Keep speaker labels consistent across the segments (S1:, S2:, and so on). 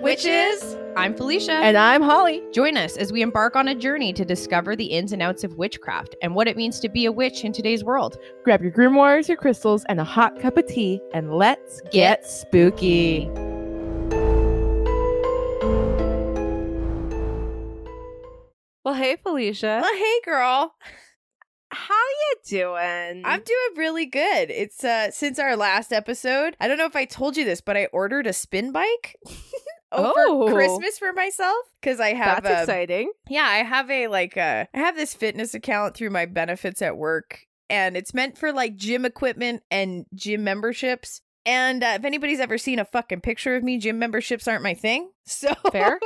S1: Witches! I'm Felicia.
S2: And uh, I'm Holly.
S1: Join us as we embark on a journey to discover the ins and outs of witchcraft and what it means to be a witch in today's world.
S2: Grab your grimoires, your crystals, and a hot cup of tea, and let's get spooky. Well, hey, Felicia.
S3: Well, Uh, hey, girl.
S2: How you doing?
S3: I'm doing really good. It's uh since our last episode. I don't know if I told you this, but I ordered a spin bike over
S2: Oh.
S3: Christmas for myself because I have
S2: That's
S3: um,
S2: exciting.
S3: yeah, I have a like uh I have this fitness account through my benefits at work and it's meant for like gym equipment and gym memberships. And uh, if anybody's ever seen a fucking picture of me, gym memberships aren't my thing. So
S2: Fair.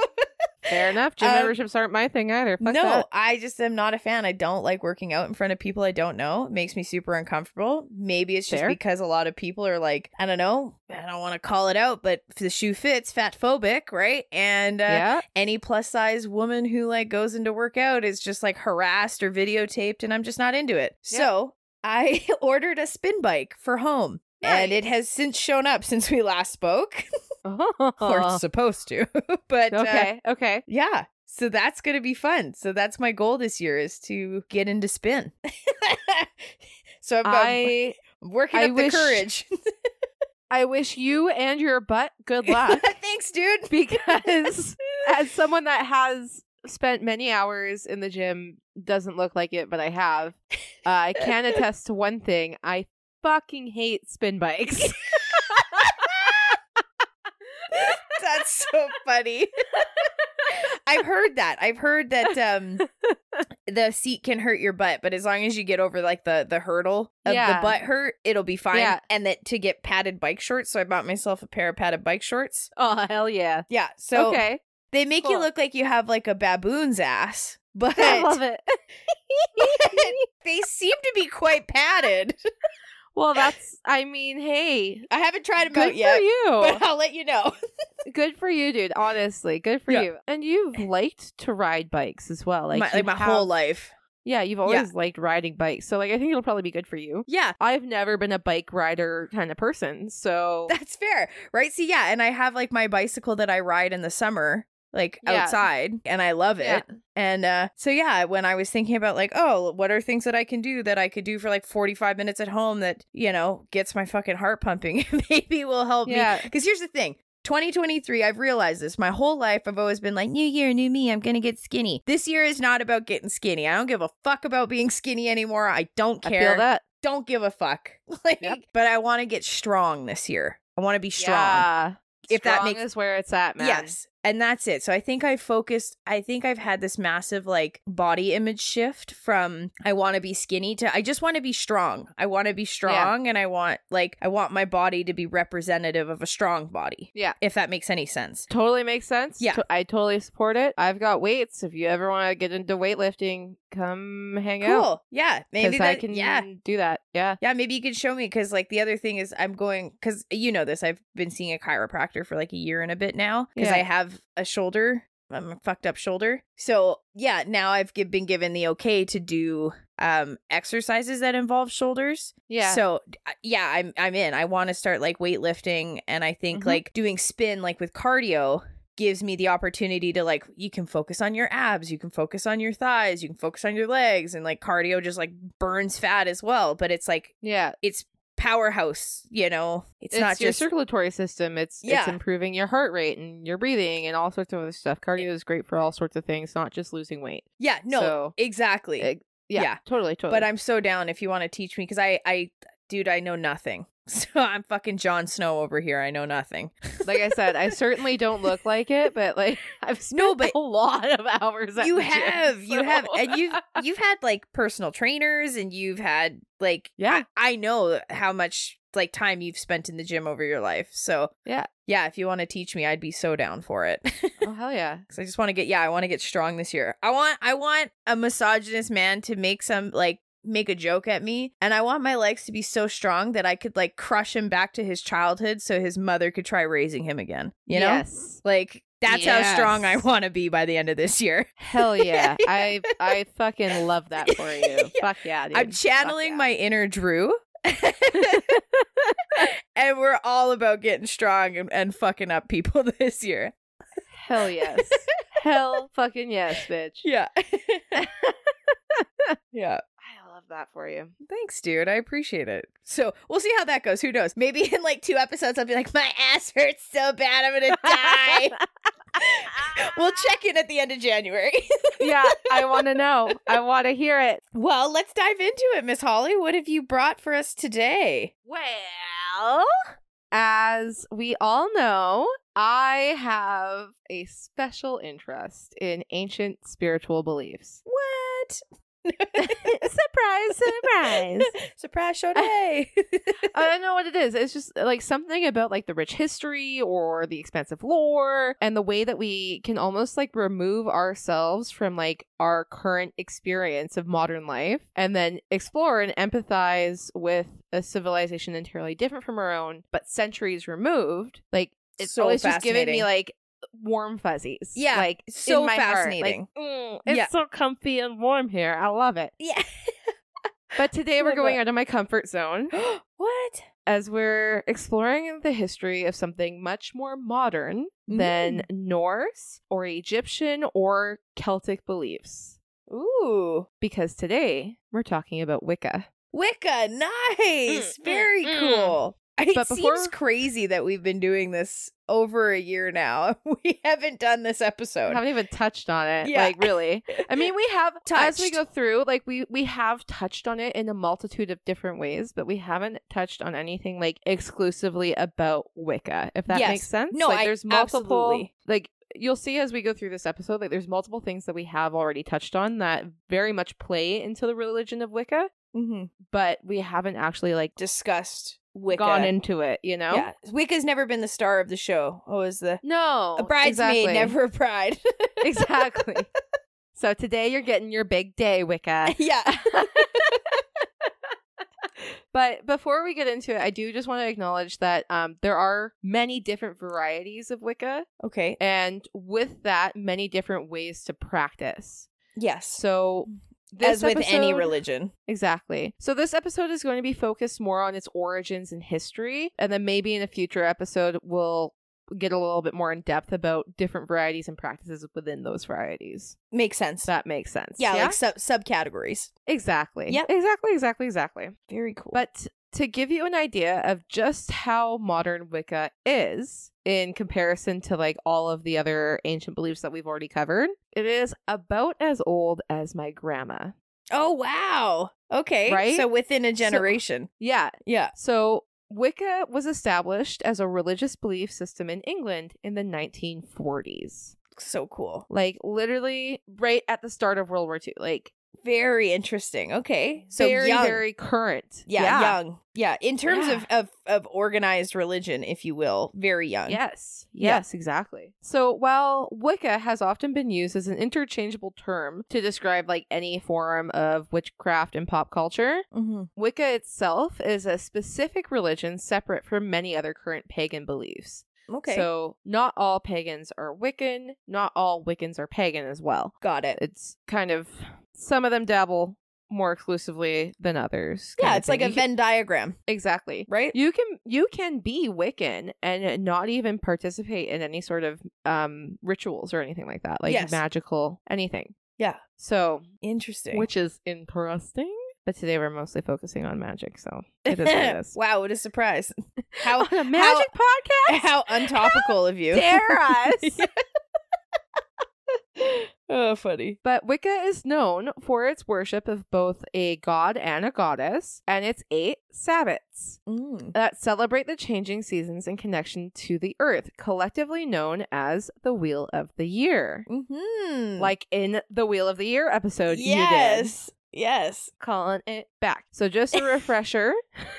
S2: Fair enough. Gym
S3: Um,
S2: memberships aren't my thing either. Fuck
S3: no,
S2: that.
S3: I just am not a fan. I don't like working out in front of people I don't know. It makes me super uncomfortable. Maybe it's just
S2: Fair.
S3: because a lot of people are like, I don't know, I don't want to call it out, but if the shoe fits, fat phobic, right? And uh,
S2: yeah.
S3: any plus size woman who like goes into workout is just like harassed or videotaped, and I'm just not into it.
S2: Yeah.
S3: So I ordered a spin bike for home. And it has since shown up since we last spoke, or it's supposed to. but uh,
S2: Oh, okay. Okay.
S3: yeah. So that's going to be fun. So that's my goal this year is to get into spin. so I'm, I'm
S2: I
S3: working
S2: I
S3: up
S2: wish-
S3: the courage.
S2: I wish you and your butt good luck.
S3: Thanks, dude.
S2: because as someone that has spent many hours in the gym doesn't look like it but i have uh, i can attest to one thing i fucking hate spin bikes
S3: That's so funny. I've heard that. I've heard that um the seat can hurt your butt, but as long as you get over like the the hurdle of
S2: Yeah.
S3: the butt hurt, it'll be fine.
S2: Yeah.
S3: And that to get padded bike shorts, so I bought myself a pair of padded bike shorts.
S2: oh hell yeah
S3: Yeah. So
S2: okay
S3: They make you
S2: Cool.
S3: look like you have like a baboon's ass, but
S2: i love it
S3: they seem to be quite padded.
S2: well that's i mean hey
S3: I haven't tried them
S2: good
S3: out
S2: for
S3: yet,
S2: you
S3: but I'll let you know.
S2: good for you dude honestly good for
S3: Yeah.
S2: you and you've liked to ride bikes as well like
S3: my,
S2: you
S3: like my
S2: have-
S3: whole life.
S2: yeah you've always liked riding bikes so like i think it'll probably be good for you
S3: Yeah,
S2: I've never been a bike rider kind of person, so
S3: that's fair, right? See, yeah, and I have like my bicycle that I ride in the summer, like
S2: Yeah.
S3: outside, and I love it.
S2: Yeah.
S3: And uh, so yeah, when I was thinking about like, oh, what are things that I can do that I could do for like forty five minutes at home that you know gets my fucking heart pumping, maybe will help me
S2: yeah,
S3: Because here's the thing 2023, I've realized this my whole life. I've always been like, New year, new me, I'm going to get skinny. This year is not about getting skinny. I don't give a fuck about being skinny anymore. I don't
S2: I
S3: care.
S2: feel that.
S3: Don't give a fuck. Like,
S2: Yep.
S3: But I want to get strong this year. I want to be strong.
S2: Yeah.
S3: If that
S2: Strong
S3: makes-
S2: is where it's at, man.
S3: Yes. And that's it. So I think I focused, I think I've had this massive like body image shift from I want to be skinny to I just want to be strong. I want to be strong and I want like, I want my body to be representative of a strong body.
S2: Yeah.
S3: If that makes any sense.
S2: Totally makes sense.
S3: Yeah.
S2: To- I totally support it. I've got weights. If you ever want to get into weightlifting, come hang out.
S3: Cool. Yeah. Maybe
S2: Because
S3: that,
S2: I can
S3: yeah.
S2: do that. Yeah.
S3: Yeah, maybe you could show me because, like, the other thing is, I'm going because you know this. I've been seeing a chiropractor for like a year and a bit now because
S2: Yeah.
S3: I have a shoulder, I'm a fucked up shoulder. So yeah, now I've gi- been given the okay to do um exercises that involve shoulders.
S2: Yeah.
S3: So uh, yeah, I'm I'm in. I want to start like weightlifting, and I think
S2: Mhm.
S3: like doing spin like with cardio gives me the opportunity to like you can focus on your abs, you can focus on your thighs, you can focus on your legs, and like cardio just like burns fat as well. But it's like
S2: yeah.
S3: powerhouse, you know. It's,
S2: It's,
S3: not
S2: your
S3: just
S2: circulatory system. It's it's
S3: Yeah.
S2: improving your heart rate and your breathing and all sorts of other stuff. Cardio is great for all sorts of things, not just losing weight.
S3: yeah, no,
S2: So,
S3: exactly.
S2: eh, yeah,
S3: Yeah.
S2: Totally. Totally.
S3: But I'm so down if you want to teach me because I, I, dude, I know nothing. So I'm fucking Jon Snow over here. I know nothing.
S2: like I said, I certainly don't look like it, but like I've spent
S3: No, but
S2: a lot of hours. At
S3: you
S2: the gym,
S3: have you have
S2: so-
S3: and you've you've had like personal trainers and you've had like
S2: Yeah.
S3: I, I know how much like time you've spent in the gym over your life so
S2: Yeah.
S3: yeah if you want to teach me i'd be so down for it
S2: oh hell yeah,
S3: because i just want to get yeah i want to get strong this year i want i want a misogynist man to make some like make a joke at me and i want my legs to be so strong that i could like crush him back to his childhood so his mother could try raising him again you know
S2: yes,
S3: like that's how strong i
S2: Yes.
S3: want to be by the end of this year
S2: hell yeah. I I fucking love that for you.
S3: Yeah.
S2: Fuck yeah, dude.
S3: I'm channeling
S2: yeah.
S3: my inner Drew. and we're all about getting strong and, and fucking up people this year.
S2: Hell yes. Hell fucking yes, bitch.
S3: Yeah. yeah.
S2: I love that for you.
S3: Thanks, dude. I appreciate it. So we'll see how that goes. Who knows? Maybe in like two episodes, I'll be like, my ass hurts so bad, I'm gonna die. we'll check in at the end of January.
S2: yeah, I want to know. I want to hear it.
S3: well, let's dive into it, Miss Holly. What have you brought for us today?
S2: Well, as we all know, I have a special interest in ancient spiritual beliefs.
S3: What?
S2: surprise, surprise.
S3: Surprise show day.
S2: I don't know what it is. It's just like something about like the rich history or the expensive lore and the way that we can almost like remove ourselves from like our current experience of modern life and then explore and empathize with a civilization entirely different from our own, but centuries removed. Like it's
S3: So
S2: always just giving me
S3: fascinating.
S2: like warm fuzzies.
S3: Yeah,
S2: Like in
S3: so
S2: my heart. Like,
S3: fascinating.
S2: mm, it's
S3: Yeah.
S2: so comfy and warm here. I love it.
S3: yeah. uh,
S2: But today we're
S3: Love
S2: going
S3: it.
S2: out of my comfort zone
S3: what?
S2: as we're exploring the history of something much more modern than Norse or Egyptian or Celtic beliefs.
S3: Ooh.
S2: Because today we're talking about Wicca.
S3: Wicca, nice,
S1: Mm,
S3: very
S1: mm,
S3: cool. It
S2: But
S3: seems
S2: before-
S3: crazy that we've been doing this over a year now. We haven't done this
S2: I
S3: episode.
S2: haven't even touched on it.
S3: Yeah.
S2: Like really. I mean we have as we
S3: Touched.
S2: go through, like we we have touched on it in a multitude of different ways, but we haven't touched on anything like exclusively about Wicca, if that
S3: Yes.
S2: makes sense.
S3: No,
S2: like
S3: I-
S2: there's multiple
S3: absolutely.
S2: like you'll see as we go through this episode, like there's multiple things that we have already touched on that very much play into the religion of Wicca,
S3: mm-hmm.
S2: but we haven't actually like
S3: Discussed Wicca.
S2: gone into it, you know?
S3: Yeah, Wicca's never been the star of the show. Oh, is the
S2: No.
S3: a bridesmaid
S2: exactly.
S3: never a bride?
S2: exactly. So today you're getting your big day, Wicca.
S3: yeah.
S2: But before we get into it, I do just want to acknowledge that um, there are many different varieties of Wicca,
S3: Okay.
S2: and with that, many different ways to practice.
S3: Yes.
S2: So,
S3: As
S2: this
S3: with any
S2: episode-
S3: religion.
S2: exactly. So this episode is going to be focused more on its origins and history, and then maybe in a future episode we'll get a little bit more in depth about different varieties and practices within those varieties.
S3: Makes sense.
S2: If that makes sense.
S3: yeah, like sub subcategories.
S2: exactly.
S3: Yep.
S2: exactly, exactly, exactly.
S3: Very cool.
S2: But to give you an idea of just how modern Wicca is in comparison to like all of the other ancient beliefs that we've already covered, it is about as old as my grandma.
S3: oh wow. Okay.
S2: Right?
S3: So within a
S2: So-
S3: generation.
S2: Yeah.
S3: yeah.
S2: So Wicca was established as a religious belief system in England in the 1940s.
S3: So cool.
S2: Like literally right at the start of World War II. Like
S3: Very interesting. Okay. So
S2: very,
S3: young.
S2: very current.
S3: yeah, young. Yeah, in terms
S2: Yeah.
S3: of of of organized religion, if you will, very young.
S2: Yes.
S3: Yeah.
S2: Yes, exactly. So while Wicca has often been used as an interchangeable term to describe like any form of witchcraft in pop culture,
S3: Mm-hmm.
S2: Wicca itself is a specific religion separate from many other current pagan beliefs.
S3: Okay.
S2: So not all pagans are Wiccan, not all Wiccans are pagan as well.
S3: got it.
S2: It's kind of some of them dabble more exclusively than others.
S3: Yeah,
S2: kinda
S3: it's like
S2: thing.
S3: a
S2: You can-
S3: Venn diagram,
S2: exactly
S3: right?
S2: you can you can be wiccan and uh, not even participate in any sort of um rituals or anything like that like
S3: Yes.
S2: magical anything
S3: Yeah.
S2: so
S3: Interesting.
S2: which is interesting but today we're mostly focusing on magic so it is what it is
S3: wow, what a surprise. How
S2: on a magic podcast
S3: how untopical of you.
S2: dare us
S3: oh, funny.
S2: But Wicca is known for its worship of both a god and a goddess and its eight Sabbats.
S3: Mm.
S2: that celebrate the changing seasons in connection to the earth, collectively known as the Wheel of the Year.
S3: Hmm.
S2: Like in the Wheel of the Year episode, you did.
S3: yes, yes.
S2: Calling it back. So, just a refresher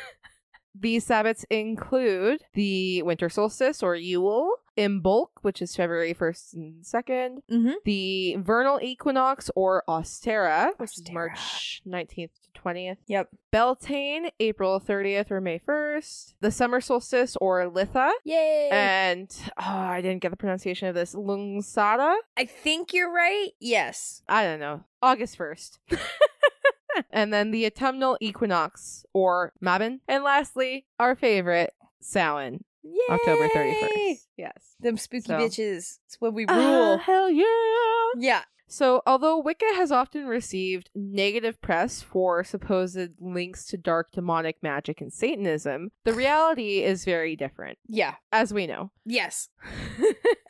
S2: these Sabbats include the winter solstice or Yule, Imbolc, which is February 1st and 2nd,
S3: Mhm.
S2: the vernal equinox or Ostera, which is
S3: Ostera.
S2: March 19th to 20th.
S3: Yep.
S2: Beltane, April 30th or May 1st. The summer solstice or Litha.
S3: Yay.
S2: And oh, I didn't get the pronunciation of this. Lungsada?
S3: I think you're right. Yes.
S2: I don't know. August 1st. and then the autumnal equinox or Mabin. And lastly, our favorite, Samhain,
S3: Yay.
S2: October 31st. Yes.
S3: Them spooky
S2: So.
S3: bitches. It's when we
S2: Ah,
S3: rule.
S2: hell yeah.
S3: yeah.
S2: So, although Wicca has often received negative press for supposed links to dark demonic magic and Satanism, the reality is very different,
S3: Yeah.
S2: as we know.
S3: Yes.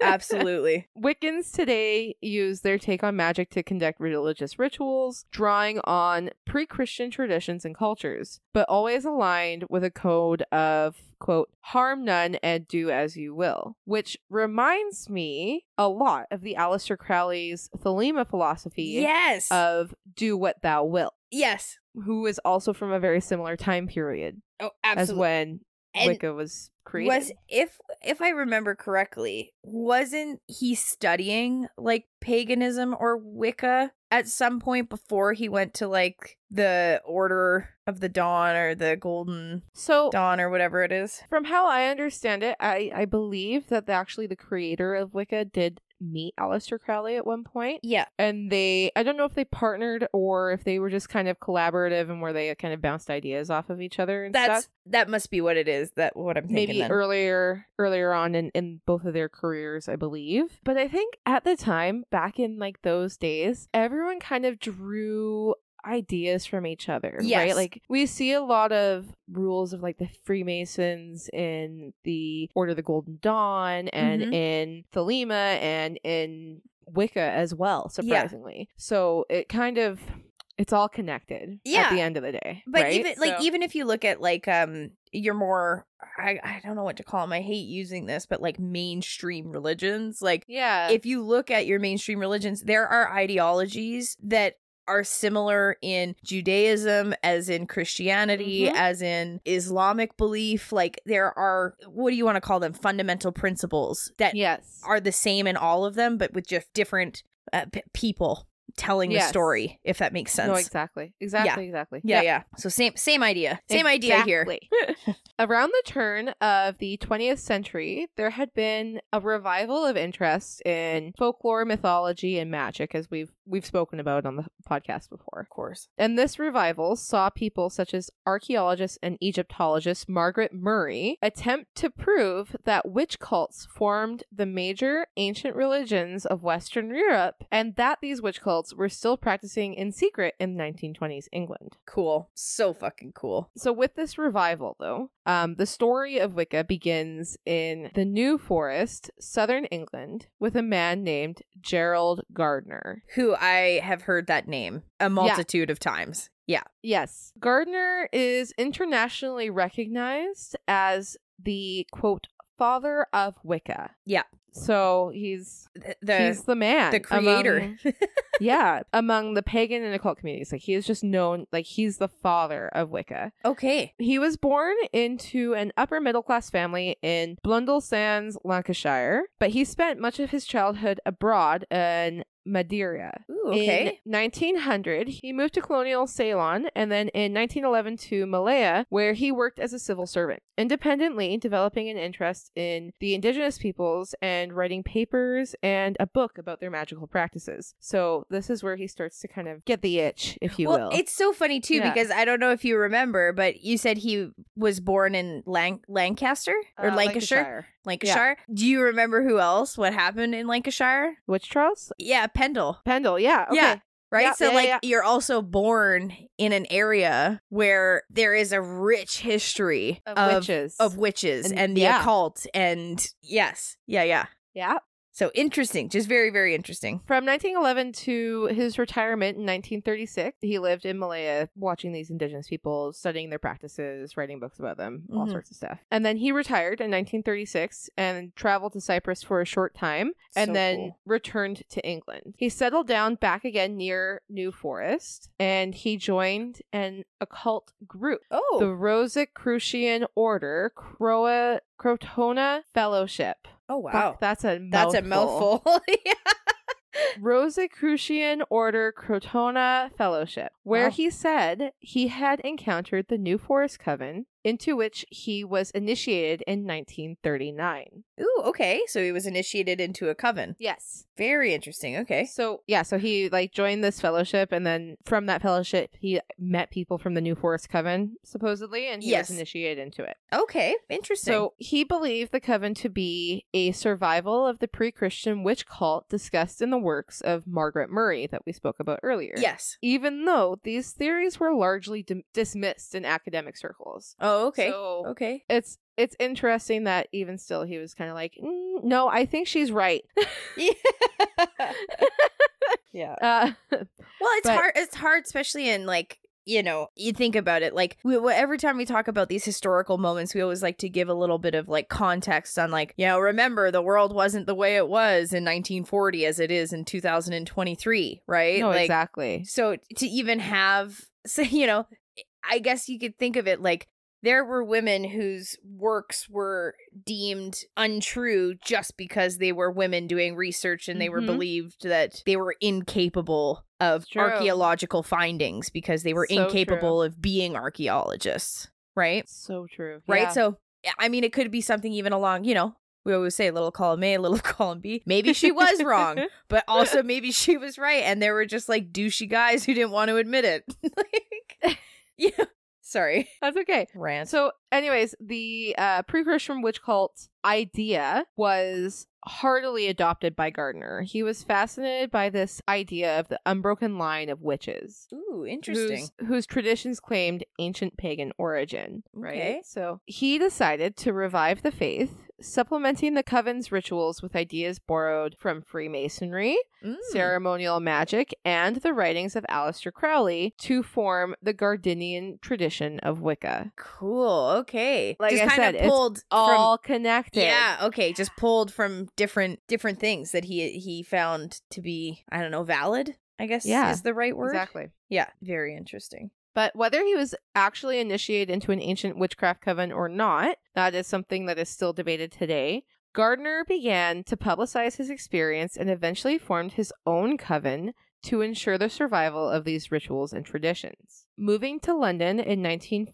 S3: Absolutely.
S2: Wiccans today use their take on magic to conduct religious rituals, drawing on pre Christian traditions and cultures, but always aligned with a code of, quote, harm none and do as you will, which reminds me a lot of the Aleister Crowley's Thelema philosophy
S3: yes.
S2: of do what thou wilt,
S3: yes.
S2: who is also from a very similar time period
S3: Oh, absolutely.
S2: as when
S3: And
S2: Wicca was created.
S3: Was if if I remember correctly, wasn't he studying like paganism or Wicca at some point before he went to like the Order of the Dawn or the Golden
S2: so
S3: Dawn or whatever it is?
S2: From how I understand it, I, I believe that the, actually the creator of Wicca did meet Aleister Crowley at one point,
S3: Yeah.
S2: and they I don't know if they partnered or if they were just kind of collaborative and where they uh, kind of bounced ideas off of each other and
S3: That's
S2: stuff.
S3: that must be what it is. That what I'm thinking.
S2: Maybe
S3: then.
S2: earlier earlier on in, in both of their careers, I believe. But I think at the time, back in like those days, everyone kind of drew ideas from each other right
S3: Yes.
S2: like we see a lot of rules of like the freemasons in the order of the golden dawn and
S3: Mhm.
S2: in thelema and in wicca as well surprisingly so it kind of it's all connected at
S3: Yeah.
S2: the end of the day
S3: But
S2: right?
S3: even like
S2: So-
S3: even if you look at like um your more I, I don't know what to call them. I hate using this, but like mainstream religions, like
S2: yeah
S3: if you look at your mainstream religions, there are ideologies that are similar in Judaism, as in Christianity,
S2: Mhm.
S3: as in Islamic belief. Like there are, what do you want to call them? Fundamental principles that
S2: yes
S3: are the same in all of them, but with just different uh, p- people telling
S2: Yes.
S3: the story, if that makes sense.
S2: No, exactly. Exactly, exactly.
S3: yeah, yeah, So same, same idea, same idea here.
S2: Exactly. Around the turn of the 20th century, there had been a revival of interest in folklore, mythology, and magic, as we've we've spoken about on the podcast before.
S3: Of course.
S2: And this revival saw people such as archaeologist and Egyptologist Margaret Murray attempt to prove that witch cults formed the major ancient religions of Western Europe and that these witch cults were still practicing in secret in 1920s England.
S3: Cool. So fucking cool.
S2: So, with this revival, though, um, the story of Wicca begins in the New Forest, southern England, with a man named Gerald Gardner.
S3: Who I have heard that name a multitude of times. Yeah.
S2: Yes. Gardner is internationally recognized as the quote father of Wicca.
S3: Yeah.
S2: So he's
S3: Th-
S2: he's the man.
S3: the creator.
S2: among- yeah. Among the pagan and occult communities. Like he is just known like he's the father of Wicca.
S3: Okay.
S2: He was born into an upper middle class family in Blundell Sands, Lancashire, but he spent much of his childhood abroad in Madeira.
S3: Ooh,
S2: In 1900, he moved to colonial Ceylon and then in 1911 to Malaya, where he worked as a civil servant, independently developing an interest in the indigenous peoples and writing papers and a book about their magical practices. So, this is where he starts to kind of get the itch, if you
S3: well,
S2: will.
S3: it's so funny too
S2: Yeah.
S3: because I don't know if you remember, but you said he was born in Lan- Lancaster or
S2: Uh,
S3: Lancashire. Lancashire. Do you remember who else? What happened in Lancashire?
S2: Witch trials?
S3: Yeah, Pendle.
S2: Pendle, yeah. Okay.
S3: Yeah. Right.
S2: Yeah,
S3: so,
S2: yeah,
S3: like,
S2: yeah.
S3: you're also born in an area where there is a rich history
S2: Of,
S3: of,
S2: witches.
S3: of witches
S2: And-
S3: and, the
S2: yeah.
S3: occult. And yes. Yeah. Yeah.
S2: yeah.
S3: So interesting. Just very, very interesting.
S2: From 1911 to his retirement in 1936, he lived in Malaya watching these indigenous people, studying their practices, writing books about them, all
S3: Mhm.
S2: sorts of stuff. And then he retired in 1936 and traveled to Cyprus for a short time and
S3: So
S2: then
S3: cool.
S2: returned to England. He settled down back again near New Forest and he joined an occult group
S3: Oh.
S2: the Rosicrucian Order Croa Crotona Fellowship.
S3: oh, wow.
S2: Fuck, that's a
S3: That's a mouthful. yeah.
S2: Rosicrucian Order Crotona Fellowship, where
S3: Wow.
S2: he said he had encountered the New Forest Coven into which he was initiated in 1939.
S3: Ooh, okay. So he was initiated into a coven.
S2: Yes.
S3: Very interesting. Okay.
S2: So, yeah, so he like joined this fellowship and then from that fellowship he met people from the New Forest Coven supposedly and he
S3: Yes.
S2: was initiated into it.
S3: Okay. Interesting.
S2: So, he believed the coven to be a survival of the pre-Christian witch cult discussed in the works of Margaret Murray that we spoke about earlier.
S3: yes.
S2: Even though these theories were largely dim dismissed in academic circles.
S3: Oh, okay.
S2: So,
S3: okay.
S2: it's it's interesting that even still he was kind of like "Mm, no i think she's right
S3: yeah.
S2: uh
S3: Well, it's
S2: But-
S3: hard. It's hard, especially in like you know you think about it like we, we- every time we talk about these historical moments we always like to give a little bit of like context on like you know remember the world wasn't the way it was in 1940 as it is in 2023 right
S2: no
S3: like
S2: exactly
S3: so to even have so you know i guess you could think of it like there were women whose works were deemed untrue just because they were women doing research and they were
S2: Mhm.
S3: believed that they were incapable of
S2: It's true.
S3: archaeological findings because they were
S2: So
S3: incapable of being archaeologists right
S2: so true
S3: right
S2: Yeah.
S3: so i mean it could be something even along you know we always say little column a little column b maybe she was wrong but also maybe she was right and there were just like douchey guys who didn't want to admit it like yeah sorry
S2: that's okay
S3: rant
S2: so anyways the uh pre-christian witch cult idea was heartily adopted by gardner he was fascinated by this idea of the unbroken line of witches
S3: ooh
S2: whose, whose traditions claimed ancient pagan origin. Right.
S3: Okay.
S2: So he decided to revive the faith, supplementing the coven's rituals with ideas borrowed from Freemasonry,
S3: Mm.
S2: ceremonial magic, and the writings of Aleister Crowley to form the Gardinian tradition of Wicca.
S3: cool okay
S2: Like
S3: just
S2: I
S3: kind
S2: said,
S3: of
S2: it's
S3: pulled
S2: All
S3: from
S2: connected.
S3: yeah okay just pulled from different different things that he he found to be i don't know valid i guess
S2: Yeah,
S3: is the right word
S2: Exactly.
S3: yeah very interesting
S2: But whether he was actually initiated into an ancient witchcraft coven or not, that is something that is still debated today. Gardner began to publicize his experience and eventually formed his own coven to ensure the survival of these rituals and traditions. Moving to London in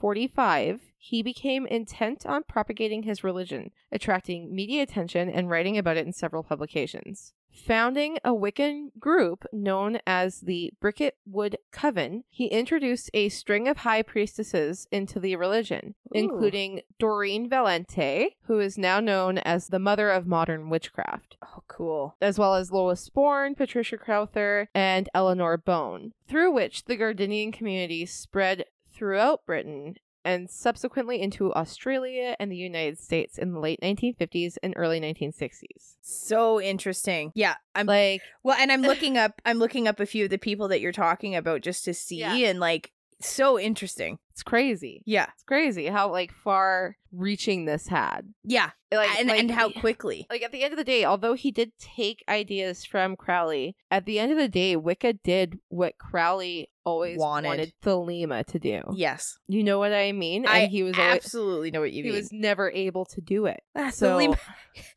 S2: 1945, he became intent on propagating his religion, attracting media attention and writing about it in several publications. Founding a Wiccan group known as the Bricketwood Coven, he introduced a string of high priestesses into the religion,
S3: Ooh.
S2: including Doreen Valente, who is now known as the mother of modern witchcraft
S3: oh cool
S2: as well as Lois Bourne, Patricia Crowther, and Eleanor Bone, through which the Gardinian community spread throughout Britain and subsequently into Australia and the United States in the late 1950s and early 1960s.
S3: so interesting yeah i'm
S2: Like,
S3: Well, and I'm looking up I'm looking up a few of the people that you're talking about just to see
S2: Yeah.
S3: and like so interesting.
S2: it's crazy.
S3: Yeah.
S2: It's crazy how like far reaching this had.
S3: Yeah.
S2: Like
S3: and,
S2: like,
S3: and how
S2: he-
S3: quickly.
S2: like at the end of the day, although he did take ideas from Crowley, at the end of the day, Wicca did what Crowley always
S3: Wanted.
S2: wanted, Thelema to do.
S3: yes.
S2: You know what I mean?
S3: I
S2: and he was always
S3: absolutely know what you
S2: he
S3: mean.
S2: was never able to do it.
S3: Ah, the
S2: so-
S3: limo,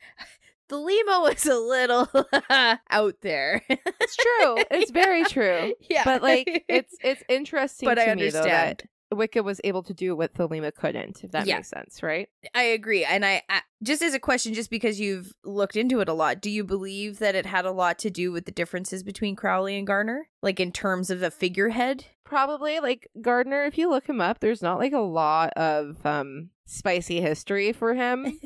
S3: the limo was a little out there.
S2: It's true.
S3: Oh,
S2: it's very true.
S3: yeah.
S2: But like it's it's interesting
S3: but
S2: to
S3: I
S2: me though
S3: understand.
S2: that Wicca was able to do what Thelema couldn't, if that
S3: Yeah.
S2: makes sense, right?
S3: I agree. And I, I just as a question just because you've looked into it a lot, do you believe that it had a lot to do with the differences between Crowley and Garner like in terms of a figurehead?
S2: Probably like Gardner, if you look him up, there's not like a lot of um spicy history for him.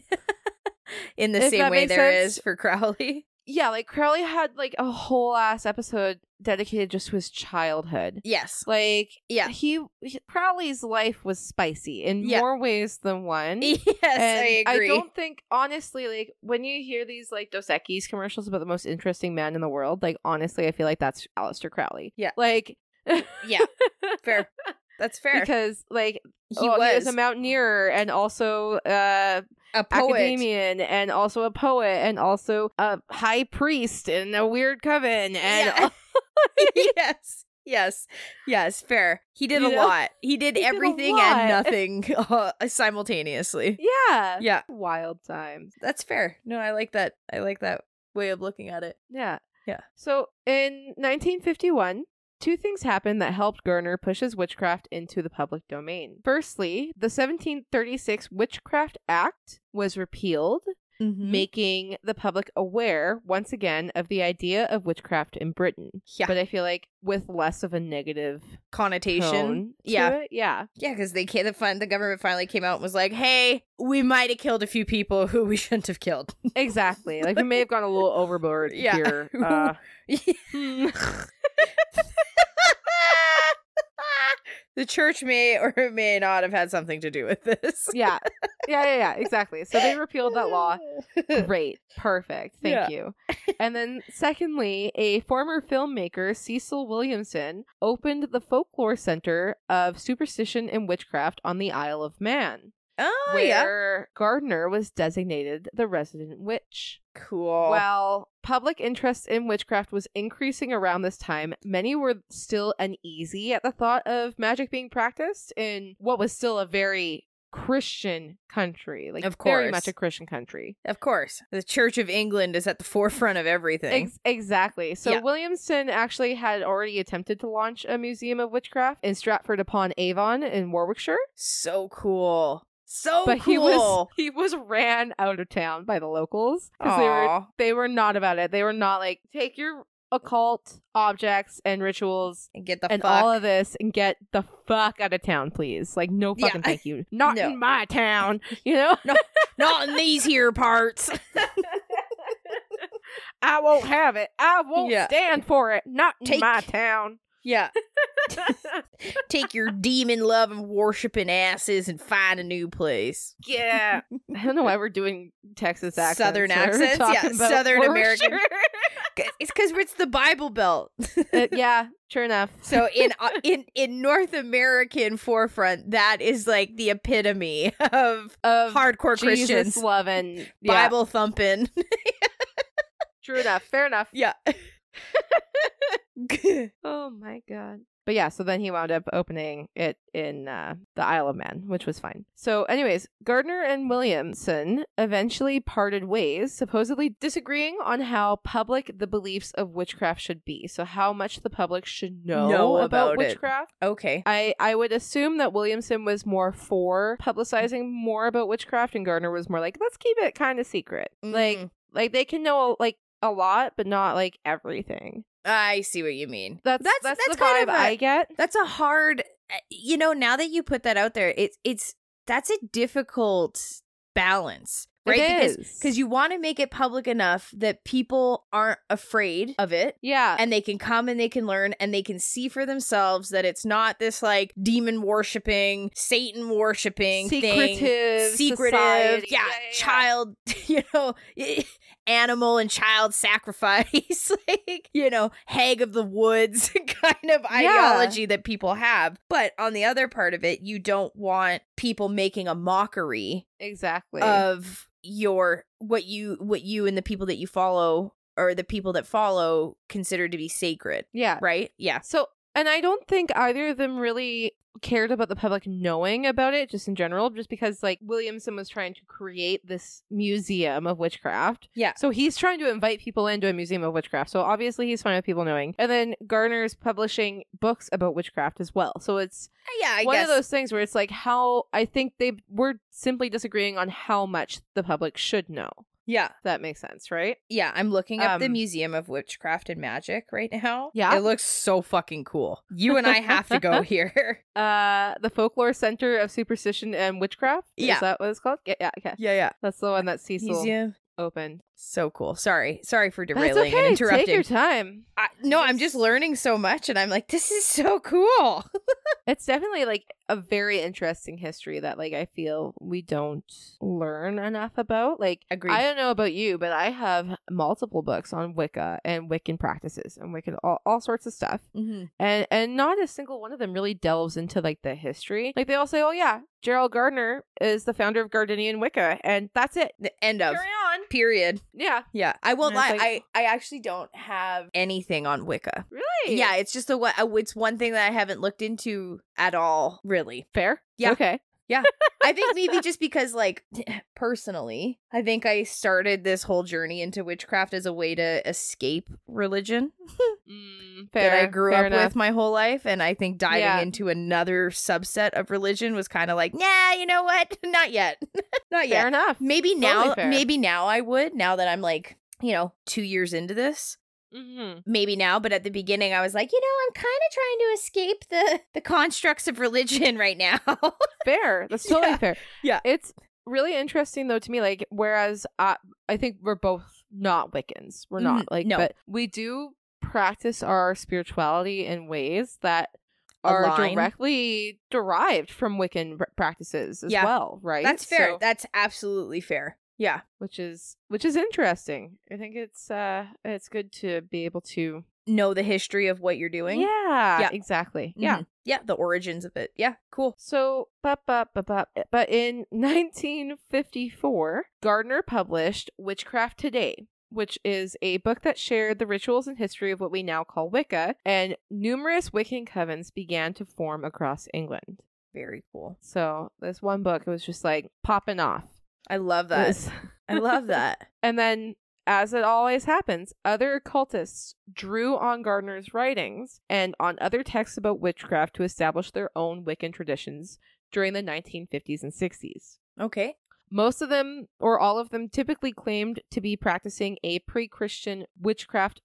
S3: in the
S2: If
S3: same
S2: that
S3: way
S2: makes
S3: there is
S2: sense.
S3: for Crowley.
S2: yeah, like Crowley had like a whole ass episode dedicated just to his childhood.
S3: Yes.
S2: Like
S3: Yeah.
S2: he, he Crowley's life was spicy in
S3: Yeah.
S2: more ways than one.
S3: Yes,
S2: And
S3: I agree.
S2: don't think honestly, like when you hear these like Dos Equis commercials about the most interesting man in the world, like honestly, I feel like that's Aleister Crowley.
S3: Yeah.
S2: like
S3: yeah, fair. That's fair.
S2: because like
S3: he,
S2: oh,
S3: was
S2: a mountaineer and also uh,
S3: a poet.
S2: academician and also a poet and also a high priest in a weird coven and
S3: Yeah. yes. Yes. Yes, fair. He did
S2: You
S3: a
S2: know?
S3: lot. He did
S2: He did a
S3: everything
S2: lot.
S3: and nothing uh, simultaneously.
S2: yeah,
S3: Yeah.
S2: wild times.
S3: That's fair. No, I like that. I like that way of looking at it.
S2: Yeah.
S3: Yeah.
S2: So in 1951, Two things happened that helped Garner push his witchcraft into the public domain. Firstly, the 1736 Witchcraft Act was repealed, Mm-hmm.
S3: Mm-hmm.
S2: making the public aware once again of the idea of witchcraft in Britain.
S3: yeah
S2: But I feel like with less of a negative
S3: connotation.
S2: tone. to
S3: Yeah,
S2: it. Yeah.
S3: yeah, because they ca- the fund the government finally came out and was like, "Hey, we might have killed a few people who we shouldn't have killed."
S2: Exactly. Like we may have gone a little overboard
S3: Yeah.
S2: here. Uh,
S3: the church may or may not have had something to do with this.
S2: yeah. Yeah, yeah, yeah, exactly. So they repealed that law. Great. Perfect. Thank
S3: Yeah.
S2: you. And then secondly, a former filmmaker, Cecil Williamson, opened the Folklore Center of Superstition and Witchcraft on the Isle of Man,
S3: Oh yeah,
S2: where Gardner was designated the resident witch.
S3: cool.
S2: While public interest in witchcraft was increasing around this time, many were still uneasy at the thought of magic being practiced in what was still a very Christian country. Like,
S3: Of
S2: very
S3: course.
S2: much a Christian country.
S3: Of course, the Church of England is at the forefront of everything.
S2: Ex- exactly. So,
S3: Yeah.
S2: Williamson actually had already attempted to launch a museum of witchcraft in Stratford upon Avon in Warwickshire,
S3: so cool. So
S2: but
S3: Oh, cool.
S2: he was he was ran out of town by the locals because they were
S3: Aw.
S2: they were not about it. They were not like take your occult objects and rituals
S3: And get the
S2: and
S3: fuck.
S2: all of this and get the fuck out of town, please. Like no
S3: Yeah.
S2: fucking thank you. Not
S3: No.
S2: in my town, you know.
S3: Not in these here parts.
S2: I won't have it. I won't
S3: Yeah.
S2: stand for it. Not in
S3: Take-
S2: my town.
S3: Yeah. Take your demon love and worshiping asses and find a new place.
S2: Yeah. I don't know why we're doing Texas accents.
S3: Southern
S2: We're
S3: accents,
S2: talking
S3: yeah,
S2: about
S3: Southern
S2: for
S3: American.
S2: sure.
S3: It's because it's the Bible Belt.
S2: Uh, yeah, sure enough.
S3: So in uh, in in North American forefront, that is like the epitome of
S2: Of
S3: hardcore
S2: Jesus
S3: Christians,
S2: loving yeah,
S3: Bible thumping.
S2: True enough. Fair enough.
S3: Yeah.
S2: Oh my god. But yeah, so then he wound up opening it in uh, the Isle of Man, which was fine. So, anyways, Gardner and Williamson eventually parted ways, supposedly disagreeing on how public the beliefs of witchcraft should be. So, how much the public should know,
S3: Know
S2: about,
S3: about it.
S2: witchcraft.
S3: okay.
S2: I, I would assume that Williamson was more for publicizing more about witchcraft, and Gardner was more like, let's keep it kind of secret. Like,
S3: Mhm.
S2: like they can know like a lot, but not like everything.
S3: I see what you mean.
S2: That's that's, the vibe
S3: kind of a-
S2: I get.
S3: That's a hard, uh, you know. Now that you put that out there, it's it's that's a difficult balance, right? because because you want to make it public enough that people aren't afraid of it.
S2: yeah
S3: And they can come and they can learn and they can see for themselves that it's not this like demon worshiping, Satan worshiping thing,
S2: secretive
S3: secretive,
S2: society.
S3: yeah, child, you know, animal and child sacrifice, like you know, hag of the woods kind of ideology that people have. But on the other part of it, you don't want people making a mockery
S2: exactly
S3: of your what you what you and the people that you follow or the people that follow consider to be sacred
S2: yeah
S3: right yeah
S2: so and i don't think either of them really cared about the public knowing about it just in general just because like williamson was trying to create this museum of witchcraft
S3: Yeah.
S2: so he's trying to invite people into a museum of witchcraft so obviously he's fine with people knowing and then garner's publishing books about witchcraft as well so it's
S3: yeah i
S2: one
S3: guess
S2: of those things where it's like how I think they were simply disagreeing on how much the public should know.
S3: yeah
S2: If that makes sense, right?
S3: yeah i'm looking up the
S2: Um,
S3: museum of witchcraft and magic right now
S2: Yeah?
S3: it looks so fucking cool you and i have to go here
S2: Uh, the Folklore Center of Superstition and Witchcraft.
S3: Yeah.
S2: is that what it's called? Yeah, yeah, okay.
S3: yeah yeah
S2: That's the one that Cecil
S3: museum
S2: opened.
S3: so cool sorry sorry for derailing
S2: That's okay.
S3: and
S2: Take your
S3: interrupting
S2: time.
S3: I, no i'm just learning so much and i'm like this is so cool
S2: It's definitely like a very interesting history that like I feel we don't learn enough about. Like
S3: Agreed.
S2: I don't know about you, but I have multiple books on Wicca and Wiccan practices and Wiccan all, all sorts of stuff. and and not a single one of them really delves into like the history. Like they all say, "Oh yeah, Gerald Gardner is the founder of Gardenian Wicca," and that's it.
S3: the end of
S2: Carry on.
S3: period
S2: Yeah,
S3: Yeah, I won't
S2: And it's
S3: lie.
S2: like-
S3: I I actually don't have anything on Wicca.
S2: really.
S3: uh, Yeah, it's just a wa- it's one thing that I haven't looked into at all, really.
S2: fair.
S3: Yeah.
S2: Okay.
S3: I think maybe just because, like, personally, I think I started this whole journey into witchcraft as a way to escape religion
S2: Mm,
S3: that I
S2: fair,
S3: grew
S2: fair
S3: up
S2: enough.
S3: with my whole life. And I think diving
S2: Yeah.
S3: into another subset of religion was kind of like, nah, you know what? Not yet. Not yet.
S2: Fair enough.
S3: Maybe
S2: Totally
S3: now,
S2: fair.
S3: maybe now I would, now that I'm like, you know, two years into this.
S2: Mm-hmm.
S3: maybe now, but at the beginning I was like, you know, I'm kind of trying to escape the the constructs of religion right now.
S2: Fair. That's totally
S3: Yeah.
S2: fair.
S3: Yeah.
S2: It's really interesting though to me. Like, whereas I, I think we're both not Wiccans. We're not
S3: Mhm,
S2: like,
S3: no.
S2: but we do practice our spirituality in ways that are
S3: Align.
S2: directly derived from Wiccan pr- practices as
S3: Yeah.
S2: well. Right.
S3: That's fair.
S2: So-
S3: That's absolutely fair. Yeah.
S2: which is which is interesting. I think it's uh it's good to be able to
S3: Know the history of what you're doing.
S2: Yeah,
S3: Yeah.
S2: exactly.
S3: Mhm.
S2: Yeah.
S3: Yeah, the origins of it. Yeah, cool.
S2: So, but, but, but, but, eh, but in 1954, Gardner published Witchcraft Today, which is a book that shared the rituals and history of what we now call Wicca, and numerous Wiccan covens began to form across England.
S3: Very cool.
S2: So, this one book, it was just like popping off.
S3: I love
S2: It
S3: that.
S2: was-
S3: I love that.
S2: And then, as it always happens, other occultists drew on Gardner's writings and on other texts about witchcraft to establish their own Wiccan traditions during the 1950s and 60s.
S3: Okay.
S2: Most of them, or all of them, typically claimed to be practicing a pre Christian witchcraft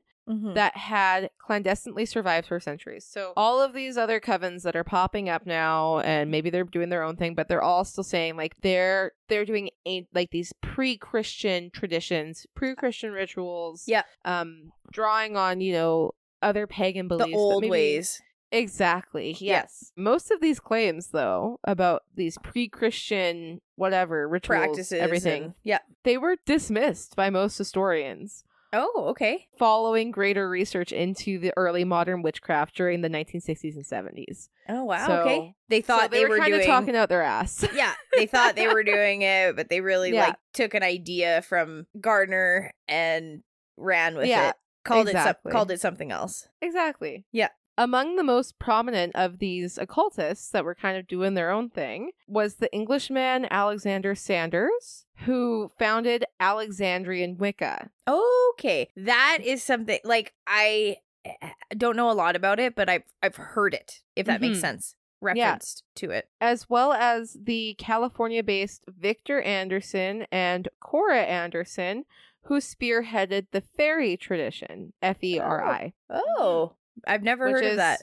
S3: Mhm.
S2: Mm-hmm. that had clandestinely survived for centuries. So all of these other covens that are popping up now and maybe they're doing their own thing but they're all still saying like they're they're doing a, like these pre-Christian traditions, pre-Christian rituals.
S3: Yeah.
S2: Um drawing on, you know, other pagan
S3: the
S2: beliefs but
S3: old
S2: maybe-
S3: ways.
S2: Exactly. Yes. Most of these claims though about these pre-Christian whatever rituals
S3: Practices.
S2: everything,
S3: and- yeah.
S2: they were dismissed by most historians
S3: Oh, okay.
S2: following greater research into the early modern witchcraft during the 1960s and 70s.
S3: Oh wow.
S2: So-
S3: okay. They thought
S2: so they, were,
S3: were
S2: kind
S3: doing
S2: of talking out their ass.
S3: yeah, they thought they were doing it, but they really
S2: Yeah.
S3: like took an idea from Gardner and ran with
S2: Yeah,
S3: it. Called it
S2: exactly.
S3: some- called it something else.
S2: exactly.
S3: Yeah.
S2: Among the most prominent of these occultists that were kind of doing their own thing was the Englishman Alexander Sanders, who founded Alexandrian Wicca.
S3: Okay, that is something like I eh, don't know a lot about it, but I've I've heard it. If that makes
S2: Mhm.
S3: sense, referenced to it.
S2: as well as the California based Victor Anderson and Cora Anderson, who spearheaded the fairy tradition, F E R I,
S3: Oh, I've never
S2: Which
S3: heard
S2: is-
S3: of that.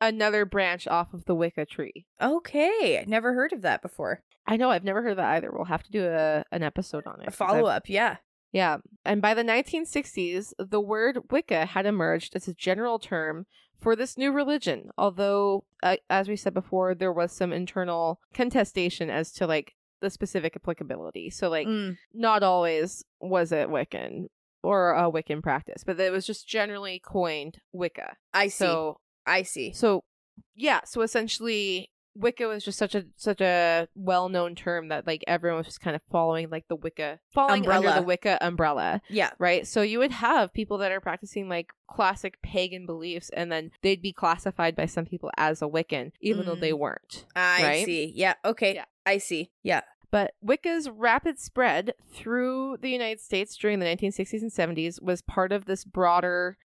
S2: another branch off of the Wicca tree.
S3: Okay, I've never heard of that before.
S2: I know, I've never heard of that either. We'll have to do a, an episode on it.
S3: A
S2: 'cause
S3: follow
S2: I've-
S3: up, yeah.
S2: Yeah. And by the 1960s, the word Wicca had emerged as a general term for this new religion, although, uh, as we said before, there was some internal contestation as to like the specific applicability. So, like,
S3: Mm,
S2: not always was it Wiccan or a Wiccan practice, but it was just generally coined Wicca.
S3: I see.
S2: So
S3: I see.
S2: so yeah, so essentially Wicca was just such a such a well known term that like everyone was just kind of following like the Wicca falling under
S3: Umbrella.
S2: the Wicca umbrella.
S3: Yeah.
S2: Right. So you would have people that are practicing like classic pagan beliefs and then they'd be classified by some people as a Wiccan, even though
S3: Mm.
S2: they weren't.
S3: I
S2: Right?
S3: see. Yeah. Okay.
S2: Yeah.
S3: I see. Yeah.
S2: But Wicca's rapid spread through the United States during the 1960s and 70s was part of this broader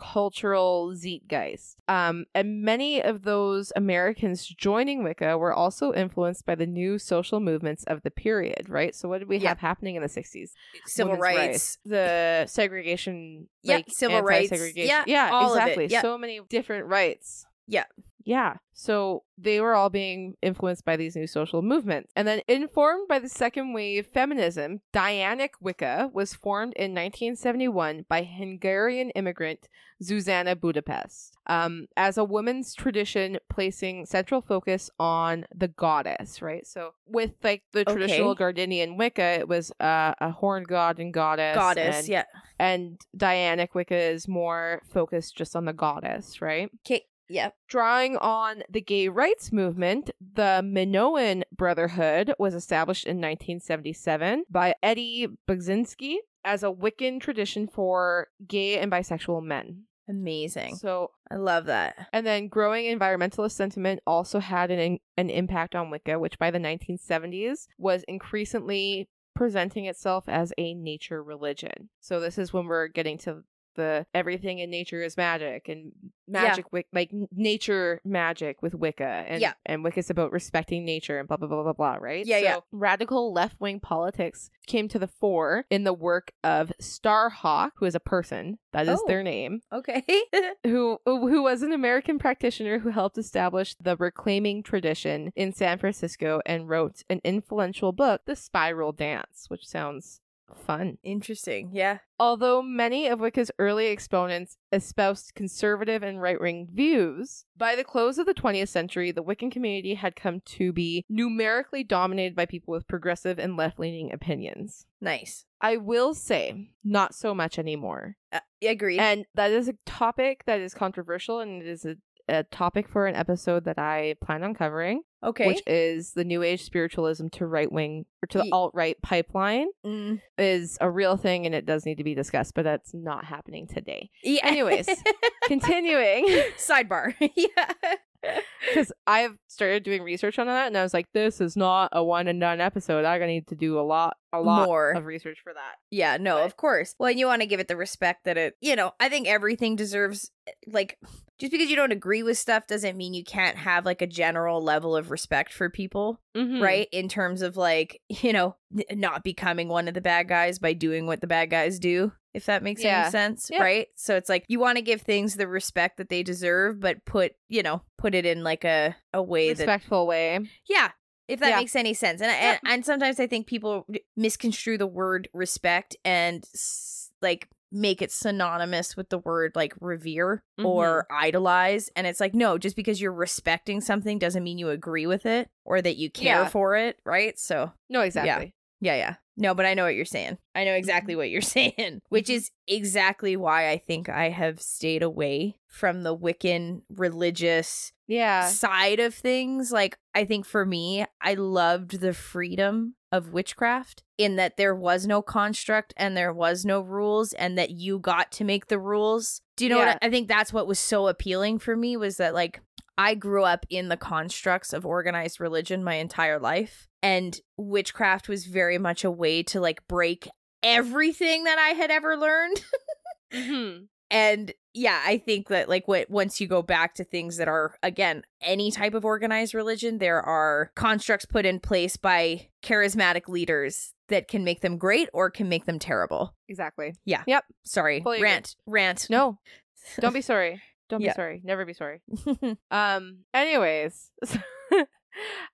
S2: countercultural zeitgeist. Um, and many of those Americans joining Wicca were also influenced by the new social movements of the period, right? So, what did we
S3: Yeah.
S2: have happening in the 60s?
S3: Civil
S2: Women's
S3: rights.
S2: the segregation,
S3: Yeah,
S2: like,
S3: civil rights.
S2: anti-segregation.
S3: Yeah,
S2: yeah,
S3: all of it.
S2: exactly.
S3: Yeah.
S2: So many different rights.
S3: Yeah.
S2: Yeah. So they were all being influenced by these new social movements. And then informed by the second wave feminism, Dianic Wicca was formed in 1971 by Hungarian immigrant Susanna Budapest um, as a woman's tradition placing central focus on the goddess, right? So with like the
S3: Okay.
S2: traditional Gardinian Wicca, it was uh, a horned god and goddess.
S3: Goddess.
S2: and,
S3: yeah.
S2: And Dianic Wicca is more focused just on the goddess, right?
S3: Okay. Yeah.
S2: Drawing on the gay rights movement, the Minoan Brotherhood was established in 1977 by Eddie Bozinski as a Wiccan tradition for gay and bisexual men.
S3: Amazing.
S2: So,
S3: I love that.
S2: and then growing environmentalist sentiment also had an an impact on Wicca, which by the 1970s was increasingly presenting itself as a nature religion. So this is when we're getting to the everything in nature is magic and
S3: Yeah.
S2: magic wic- like n- nature magic with Wicca and
S3: Yeah.
S2: and Wicca's about respecting nature and blah blah blah blah blah, right?
S3: Yeah,
S2: so
S3: yeah.
S2: Radical left wing politics came to the fore in the work of Starhawk, who is a person that is
S3: Oh.
S2: their name
S3: Okay.
S2: who who was an American practitioner who helped establish the reclaiming tradition in San Francisco and wrote an influential book, The Spiral Dance, which sounds fun.
S3: Interesting. Yeah.
S2: Although many of Wicca's early exponents espoused conservative and right wing views, by the close of the 20th century, the Wiccan community had come to be numerically dominated by people with progressive and left leaning opinions.
S3: Nice.
S2: I will say, not so much anymore.
S3: Uh, agreed.
S2: And that is a topic that is controversial, and it is a, a topic for an episode that I plan on covering,
S3: okay.
S2: which is the New Age spiritualism to right wing or to the
S3: Ye-
S2: alt right pipeline
S3: Mm.
S2: is a real thing, and it does need to be discussed, but that's not happening today.
S3: Yeah.
S2: E, Anyways. Continuing,
S3: Sidebar. yeah.
S2: because I've started doing research on that, and I was like, this is not a one and done episode. I'm gonna need to do a lot, a lot
S3: More.
S2: of research for that.
S3: Yeah, no,
S2: But-
S3: of course. Well, and you want to give it the respect that it, you know, I think everything deserves, eh, like, just because you don't agree with stuff doesn't mean you can't have, like, a general level of respect for people,
S2: Mhm.
S3: right? In terms of, like, you know, n- not becoming one of the bad guys by doing what the bad guys do, if that makes
S2: Yeah.
S3: any sense,
S2: Yeah.
S3: right? So it's like you want to give things the respect that they deserve, but put, you know, put it in, like, a, a way that
S2: Respectful way.
S3: yeah. If that
S2: Yeah.
S3: makes any sense. And, and and sometimes I think people misconstrue the word respect and s- like make it synonymous with the word like revere
S2: Mm-hmm.
S3: or idolize and it's like no, just because you're respecting something doesn't mean you agree with it or that you care
S2: Yeah.
S3: for it, right? So,
S2: No, exactly.
S3: yeah, yeah. No, but I know what you're saying. I know
S2: Mm-hmm.
S3: exactly what you're saying, which is exactly why I think I have stayed away from the Wiccan religious
S2: Yeah.
S3: side of things like i think for me i loved the freedom of witchcraft in that there was no construct and there was no rules and that you got to make the rules do you know
S2: Yeah.
S3: what I, I think that's what was so appealing for me was that like i grew up in the constructs of organized religion my entire life and witchcraft was very much a way to like break everything that i had ever learned
S2: Mhm.
S3: and yeah i think that like what once you go back to things that are again any type of organized religion there are constructs put in place by charismatic leaders that can make them great or can make them terrible
S2: Exactly.
S3: sorry
S2: Fully agree.
S3: rant rant
S2: No, don't be sorry. Don't
S3: Yeah.
S2: be sorry. Never be sorry.
S3: no
S2: Um. Anyways,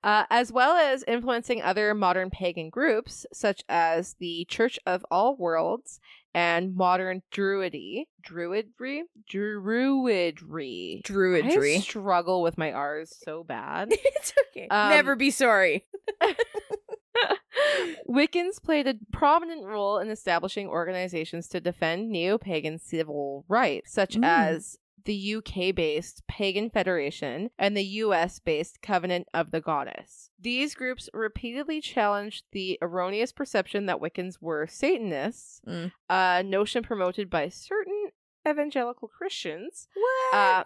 S2: uh, as well as influencing other modern pagan groups such as the Church of All Worlds and modern Druidy, Druidry, Druidry. I
S3: druidry
S2: struggle with my R's so bad.
S3: it's okay
S2: Um,
S3: never be sorry
S2: Wiccans played a prominent role in establishing organizations to defend neo pagan civil rights, such
S3: Mm.
S2: as the UK based Pagan Federation and the US based Covenant of the Goddess. These groups repeatedly challenged the erroneous perception that Wiccans were Satanists,
S3: Mm.
S2: a notion promoted by certain evangelical Christians
S3: what
S2: uh,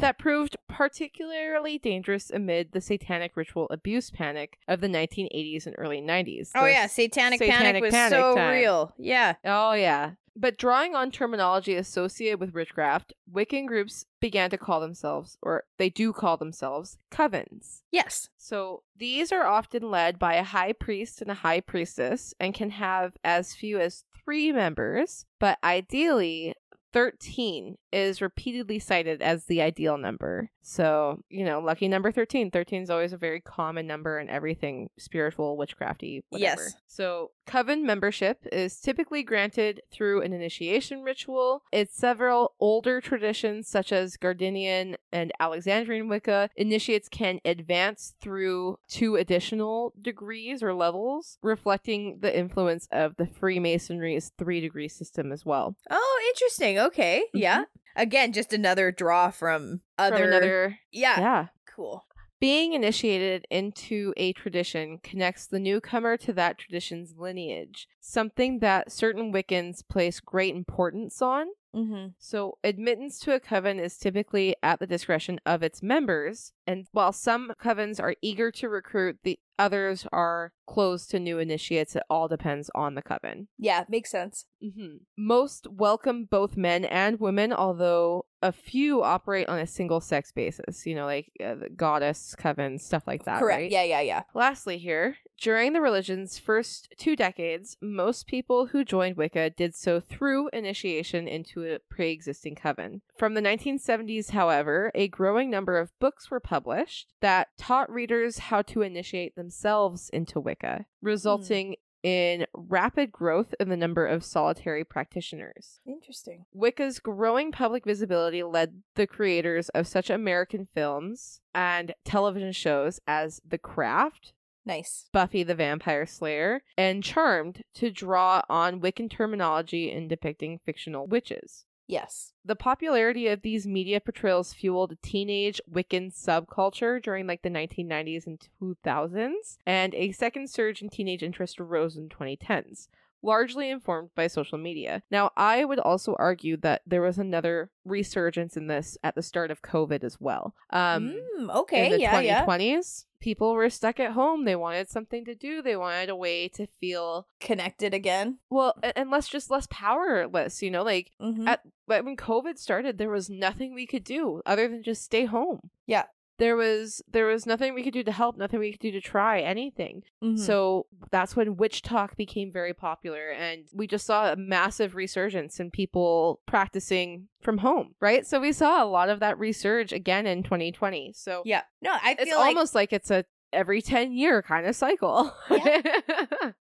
S2: that proved particularly dangerous amid the satanic ritual abuse panic of the 1980s and early 90s.
S3: oh
S2: The-
S3: yeah satanic,
S2: satanic
S3: panic was
S2: panic
S3: so
S2: time.
S3: real yeah
S2: Oh yeah. But drawing on terminology associated with witchcraft, Wiccan groups began to call themselves, or they do call themselves, covens.
S3: yes
S2: So these are often led by a high priest and a high priestess and can have as few as three members, but ideally, 13 is repeatedly cited as the ideal number. So, you know, lucky number 13. 13 is always a very common number in everything spiritual, witchcrafty, whatever.
S3: Yes.
S2: So, coven membership is typically granted through an initiation ritual. It's several older traditions such as Gardinian and Alexandrian Wicca. Initiates can advance through two additional degrees or levels, reflecting the influence of the Freemasonry's three degree system as well.
S3: oh interesting okay yeah again just another draw from other
S2: Mm-hmm. From another
S3: yeah
S2: yeah.
S3: cool
S2: Being initiated into a tradition connects the newcomer to that tradition's lineage, something that certain Wiccans place great importance on.
S3: Mm-hmm.
S2: So, admittance to a coven is typically at the discretion of its members, and while some covens are eager to recruit, the others are closed to new initiates. It all depends on the coven.
S3: Yeah, makes sense.
S2: Mm-hmm. Most welcome both men and women, although a few operate on a single sex basis, you know, like uh, the goddess coven, stuff like that.
S3: Correct.
S2: right?
S3: Yeah, yeah, yeah.
S2: Lastly, here, during the religion's first two decades, most people who joined Wicca did so through initiation into a pre existing coven. From the 1970s, however, a growing number of books were published that taught readers how to initiate themselves into Wicca, resulting in rapid growth in the number of solitary practitioners.
S3: Interesting.
S2: Wicca's growing public visibility led the creators of such American films and television shows as The Craft,
S3: Nice.
S2: Buffy the Vampire Slayer, and Charmed to draw on Wiccan terminology in depicting fictional witches.
S3: Yes.
S2: The popularity of these media portrayals fueled a teenage Wiccan subculture during like the 1990s and 2000s, and a second surge in teenage interest arose in 2010s, largely informed by social media. Now, I would also argue that there was another resurgence in this at the start of COVID as well. Um,
S3: Mm, okay.
S2: in the
S3: yeah. Yeah.
S2: 2020s, people were stuck at home. They wanted something to do. They wanted a way to feel
S3: Connected again.
S2: well, a- and less just less powerless. You know, like
S3: Mm-hmm.
S2: At- but when COVID started, there was nothing we could do other than just stay home.
S3: Yeah.
S2: There was there was nothing we could do to help, nothing we could do to try anything.
S3: Mm-hmm.
S2: So that's when witch talk became very popular and we just saw a massive resurgence in people practicing from home, right? So we saw a lot of that resurge again in 2020. So
S3: yeah. No, I feel
S2: it's
S3: like-
S2: almost like it's a every 10 year kind of cycle.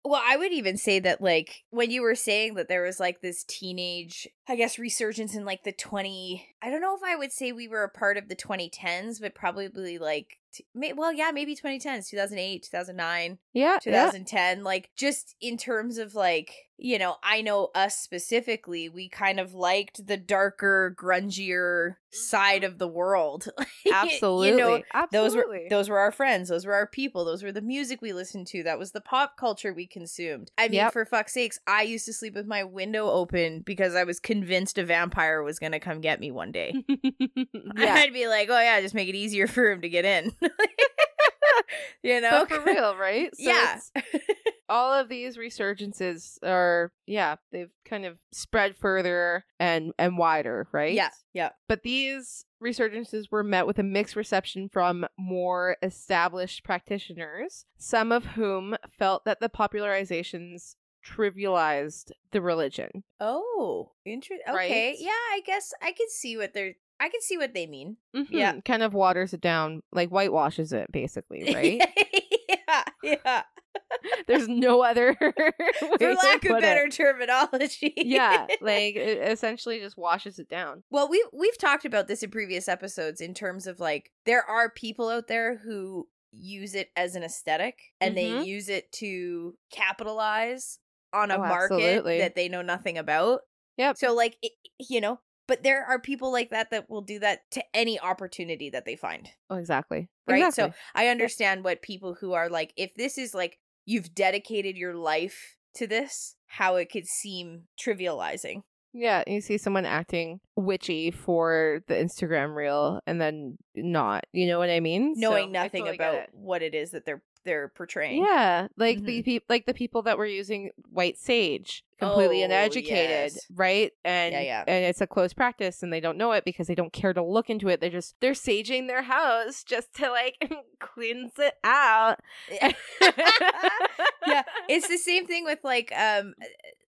S3: Well, I would even say that, like, when you were saying that there was like this teenage, I guess, resurgence in like the 20, I don't know if I would say we were a part of the 2010s, but probably like, t- may- well, yeah, maybe 2010s, 2008, 2009,
S2: yeah. yeah.
S3: 2010. Like, just in terms of like, you know, I know us specifically, we kind of liked the darker, grungier side of the world.
S2: Mm-hmm. Absolutely.
S3: you know, those were
S2: Absolutely.
S3: those were our friends those were our people those were the music we listened to that was the pop culture we consumed i mean
S2: Yep.
S3: for fuck's sakes i used to sleep with my window open because i was convinced a vampire was going to come get me one day
S2: yeah.
S3: i'd be like oh yeah just make it easier for him to get in you know
S2: But for real, right? So
S3: Yeah.
S2: it's- All of these resurgences are, yeah, they've kind of spread further and and wider, right?
S3: yeah yeah
S2: But these resurgences were met with a mixed reception from more established practitioners, some of whom felt that the popularizations trivialized the religion.
S3: oh interesting okay
S2: Right?
S3: yeah i guess i can see what they're i can see what they mean
S2: Yeah, Mm-hmm. kind of waters it down, like whitewashes it basically, right?
S3: yeah yeah
S2: There's no other way
S3: for
S2: to
S3: lack of
S2: put it.
S3: better terminology
S2: yeah, like it essentially just washes it down.
S3: Well, we've we've talked about this in previous episodes in terms of like there are people out there who use it as an aesthetic and
S2: Mhm.
S3: they use it to capitalize on a
S2: Oh,
S3: market
S2: absolutely.
S3: that they know nothing about.
S2: Yep.
S3: So like it, you know, but there are people like that that will do that to any opportunity that they find.
S2: Oh, exactly.
S3: Right?
S2: Exactly.
S3: So I understand what people who are like if this is like you've dedicated your life to this, how it could seem trivializing.
S2: yeah, you see someone acting witchy for the Instagram reel and then not. You know what I mean?
S3: knowing
S2: So, I
S3: nothing
S2: totally get
S3: about
S2: it.
S3: what it is that they're they're portraying.
S2: Yeah, like
S3: Mm-hmm.
S2: the peop like the people that were using white sage, completely
S3: Oh,
S2: uneducated,
S3: yes.
S2: right? And
S3: Yeah, yeah.
S2: and it's a closed practice, and they don't know it because they don't care to look into it. They're just they're saging their house just to like cleanse it out.
S3: Yeah, It's the same thing with like um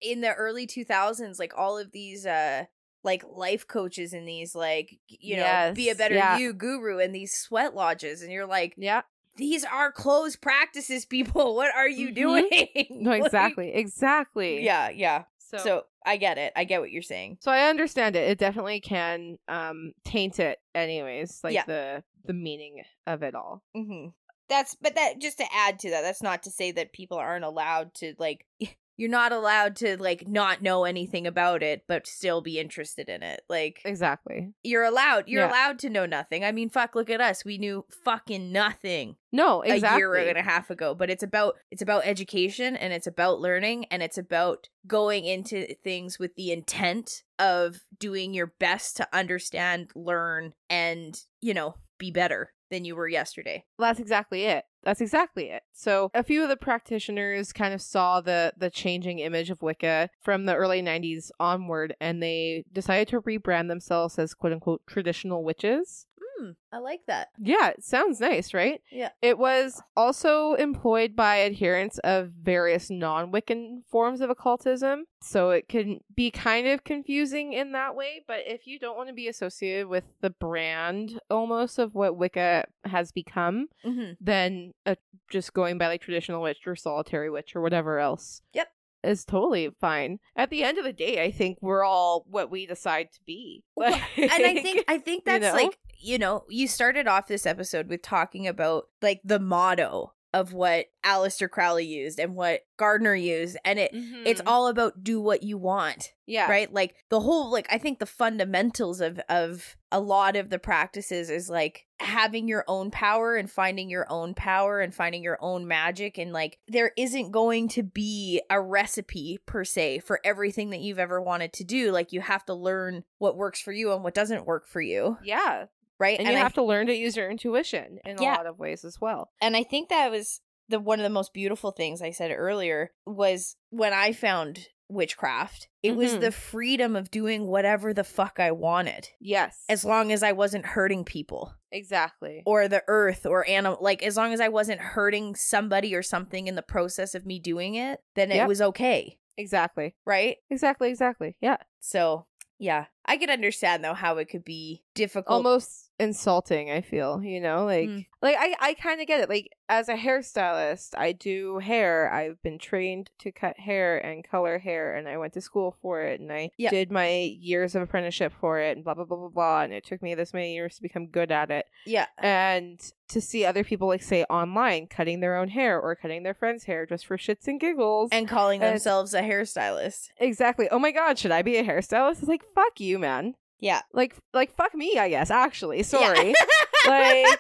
S3: in the early 2000s like all of these uh like life coaches and these like you know
S2: Yes,
S3: be a better
S2: yeah.
S3: you guru and these sweat lodges and you're like
S2: yeah.
S3: these are closed practices people what are you
S2: Mhm.
S3: doing?
S2: No,
S3: Like-
S2: exactly, exactly.
S3: yeah, yeah.
S2: So, so,
S3: so I get it. I get what you're saying.
S2: I understand it. It definitely can um taint it, anyways. Like
S3: Yeah.
S2: the the meaning of it all.
S3: Mm-hmm. hmm That's but that just to add to that. That's not to say that people aren't allowed to like you're not allowed to like not know anything about it but still be interested in it like
S2: Exactly.
S3: you're allowed you're
S2: Yeah.
S3: allowed to know nothing i mean fuck look at us we knew fucking nothing
S2: No, exactly.
S3: a year and a half ago but it's about it's about education and it's about learning and it's about going into things with the intent of doing your best to understand learn and you know be better than you were yesterday
S2: That's exactly it. That's exactly it. So a few of the practitioners kind of saw the the changing image of Wicca from the early 90s onward, and they decided to rebrand themselves as "quote unquote" traditional witches.
S3: hmm i like that
S2: Yeah, it sounds nice, right?
S3: Yeah.
S2: It was also employed by adherents of various non Wiccan forms of occultism. So it can be kind of confusing in that way. But if you don't want to be associated with the brand almost of what Wicca has become,
S3: mm-hmm.
S2: then uh, just going by like traditional witch or solitary witch or whatever else.
S3: Yep.
S2: Is totally fine. At the end of the day, I think we're all what we decide to be.
S3: Well, and I think
S2: Like-
S3: I think
S2: you
S3: that's
S2: know?
S3: like you know you started off this episode with talking about like the motto of what Aleister Crowley used and what Gardner used, and it it's
S2: Mhm.
S3: all about do what you want,
S2: yeah.
S3: right? Like the whole like I think the fundamentals of of a lot of the practices is like having your own power and finding your own power and finding your own magic and like there isn't going to be a recipe per se for everything that you've ever wanted to do like you have to learn what works for you and what doesn't work for you
S2: Yeah.
S3: right
S2: And, you
S3: I
S2: have to learn to use your intuition in
S3: Yeah.
S2: a lot of ways as well.
S3: and I think that was the one of the most beautiful things I said earlier was when I found witchcraft. It was
S2: Mhm.
S3: the freedom of doing whatever the fuck I wanted,
S2: Yes.
S3: as long as I wasn't hurting people
S2: exactly.
S3: or the earth or animal. Like as long as I wasn't hurting somebody or something in the process of me doing it, then it
S2: Yep.
S3: was okay,
S2: exactly.
S3: right?
S2: Exactly. Exactly. Yeah.
S3: So yeah, I could understand though how it could be difficult.
S2: almost insulting i feel you know like
S3: Mm.
S2: like i i kind of get it like as a hairstylist i do hair i've been trained to cut hair and color hair and i went to school for it and i
S3: Yeah.
S2: did my years of apprenticeship for it and blah blah blah blah blah and it took me this many years to become good at it
S3: yeah,
S2: and to see other people like say online cutting their own hair or cutting their friends hair just for shits and giggles
S3: and calling
S2: And-
S3: themselves a hairstylist.
S2: exactly oh my god should i be a hairstylist it's like fuck you man
S3: Yeah,
S2: like like fuck me i guess actually sorry
S3: Yeah.
S2: like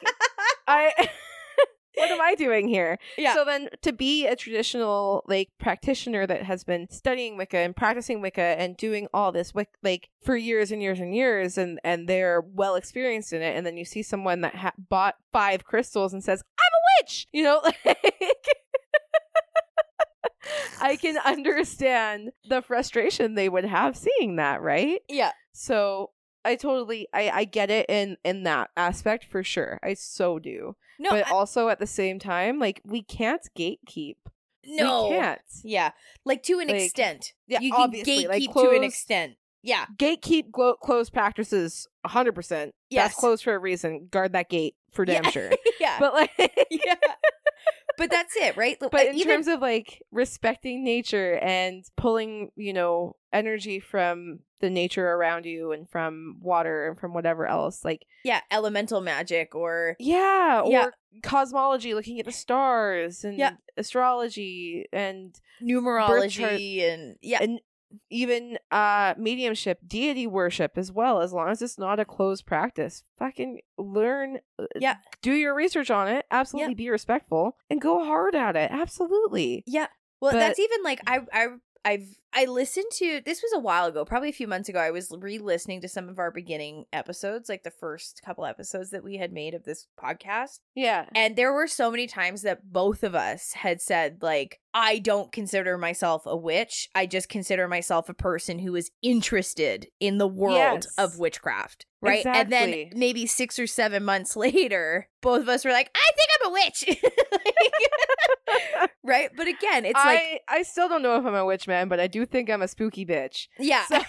S2: I what am I doing here?
S3: Yeah.
S2: So then to be a traditional like practitioner that has been studying Wicca and practicing Wicca and doing all this Wic- like for years and years and years and and they're well experienced in it and then you see someone that ha- bought five crystals and says, "I'm a witch." You know, like I can understand the frustration they would have seeing that, right?
S3: yeah.
S2: So I totally I I get it in in that aspect for sure. I so do.
S3: No,
S2: but
S3: I-
S2: also at the same time, like we can't gatekeep.
S3: no.
S2: We can't.
S3: Yeah, like to an
S2: Like,
S3: extent.
S2: yeah,
S3: you can
S2: obviously,
S3: gatekeep
S2: like,
S3: to an
S2: close-
S3: extent. Yeah,
S2: Gatekeep glo- closed practices 100%.
S3: Yes.
S2: That's closed for a reason. Guard that gate for damn
S3: Yeah.
S2: sure.
S3: yeah,
S2: But like
S3: yeah. But that's it, right? Like,
S2: but
S3: uh,
S2: in terms of like respecting nature and pulling you know energy from the nature around you and from water and from whatever else like
S3: yeah, elemental magic or
S2: Yeah, or
S3: Yeah.
S2: cosmology, looking at the stars and
S3: Yeah.
S2: astrology and
S3: numerology and yeah,
S2: and even uh mediumship, deity worship as well, as long as it's not a closed practice. Fucking learn uh,
S3: Yeah.
S2: Do your research on it. Absolutely be respectful and go hard at it. Absolutely.
S3: Yeah. Well,
S2: But-
S3: that's even like I I I've I listened to this was a while ago, probably a few months ago. I was re-listening to some of our beginning episodes, like the first couple episodes that we had made of this podcast.
S2: Yeah.
S3: And there were so many times that both of us had said, like, I don't consider myself a witch. I just consider myself a person who is interested in the world
S2: Yes.
S3: of witchcraft. Right. And then
S2: Exactly.
S3: maybe six or seven months later, both of us were like, I think I'm a witch. Like- right. But again, it's
S2: I
S3: like,
S2: I still don't know if I'm a witch man, but I do think I'm a spooky bitch.
S3: yeah.
S2: So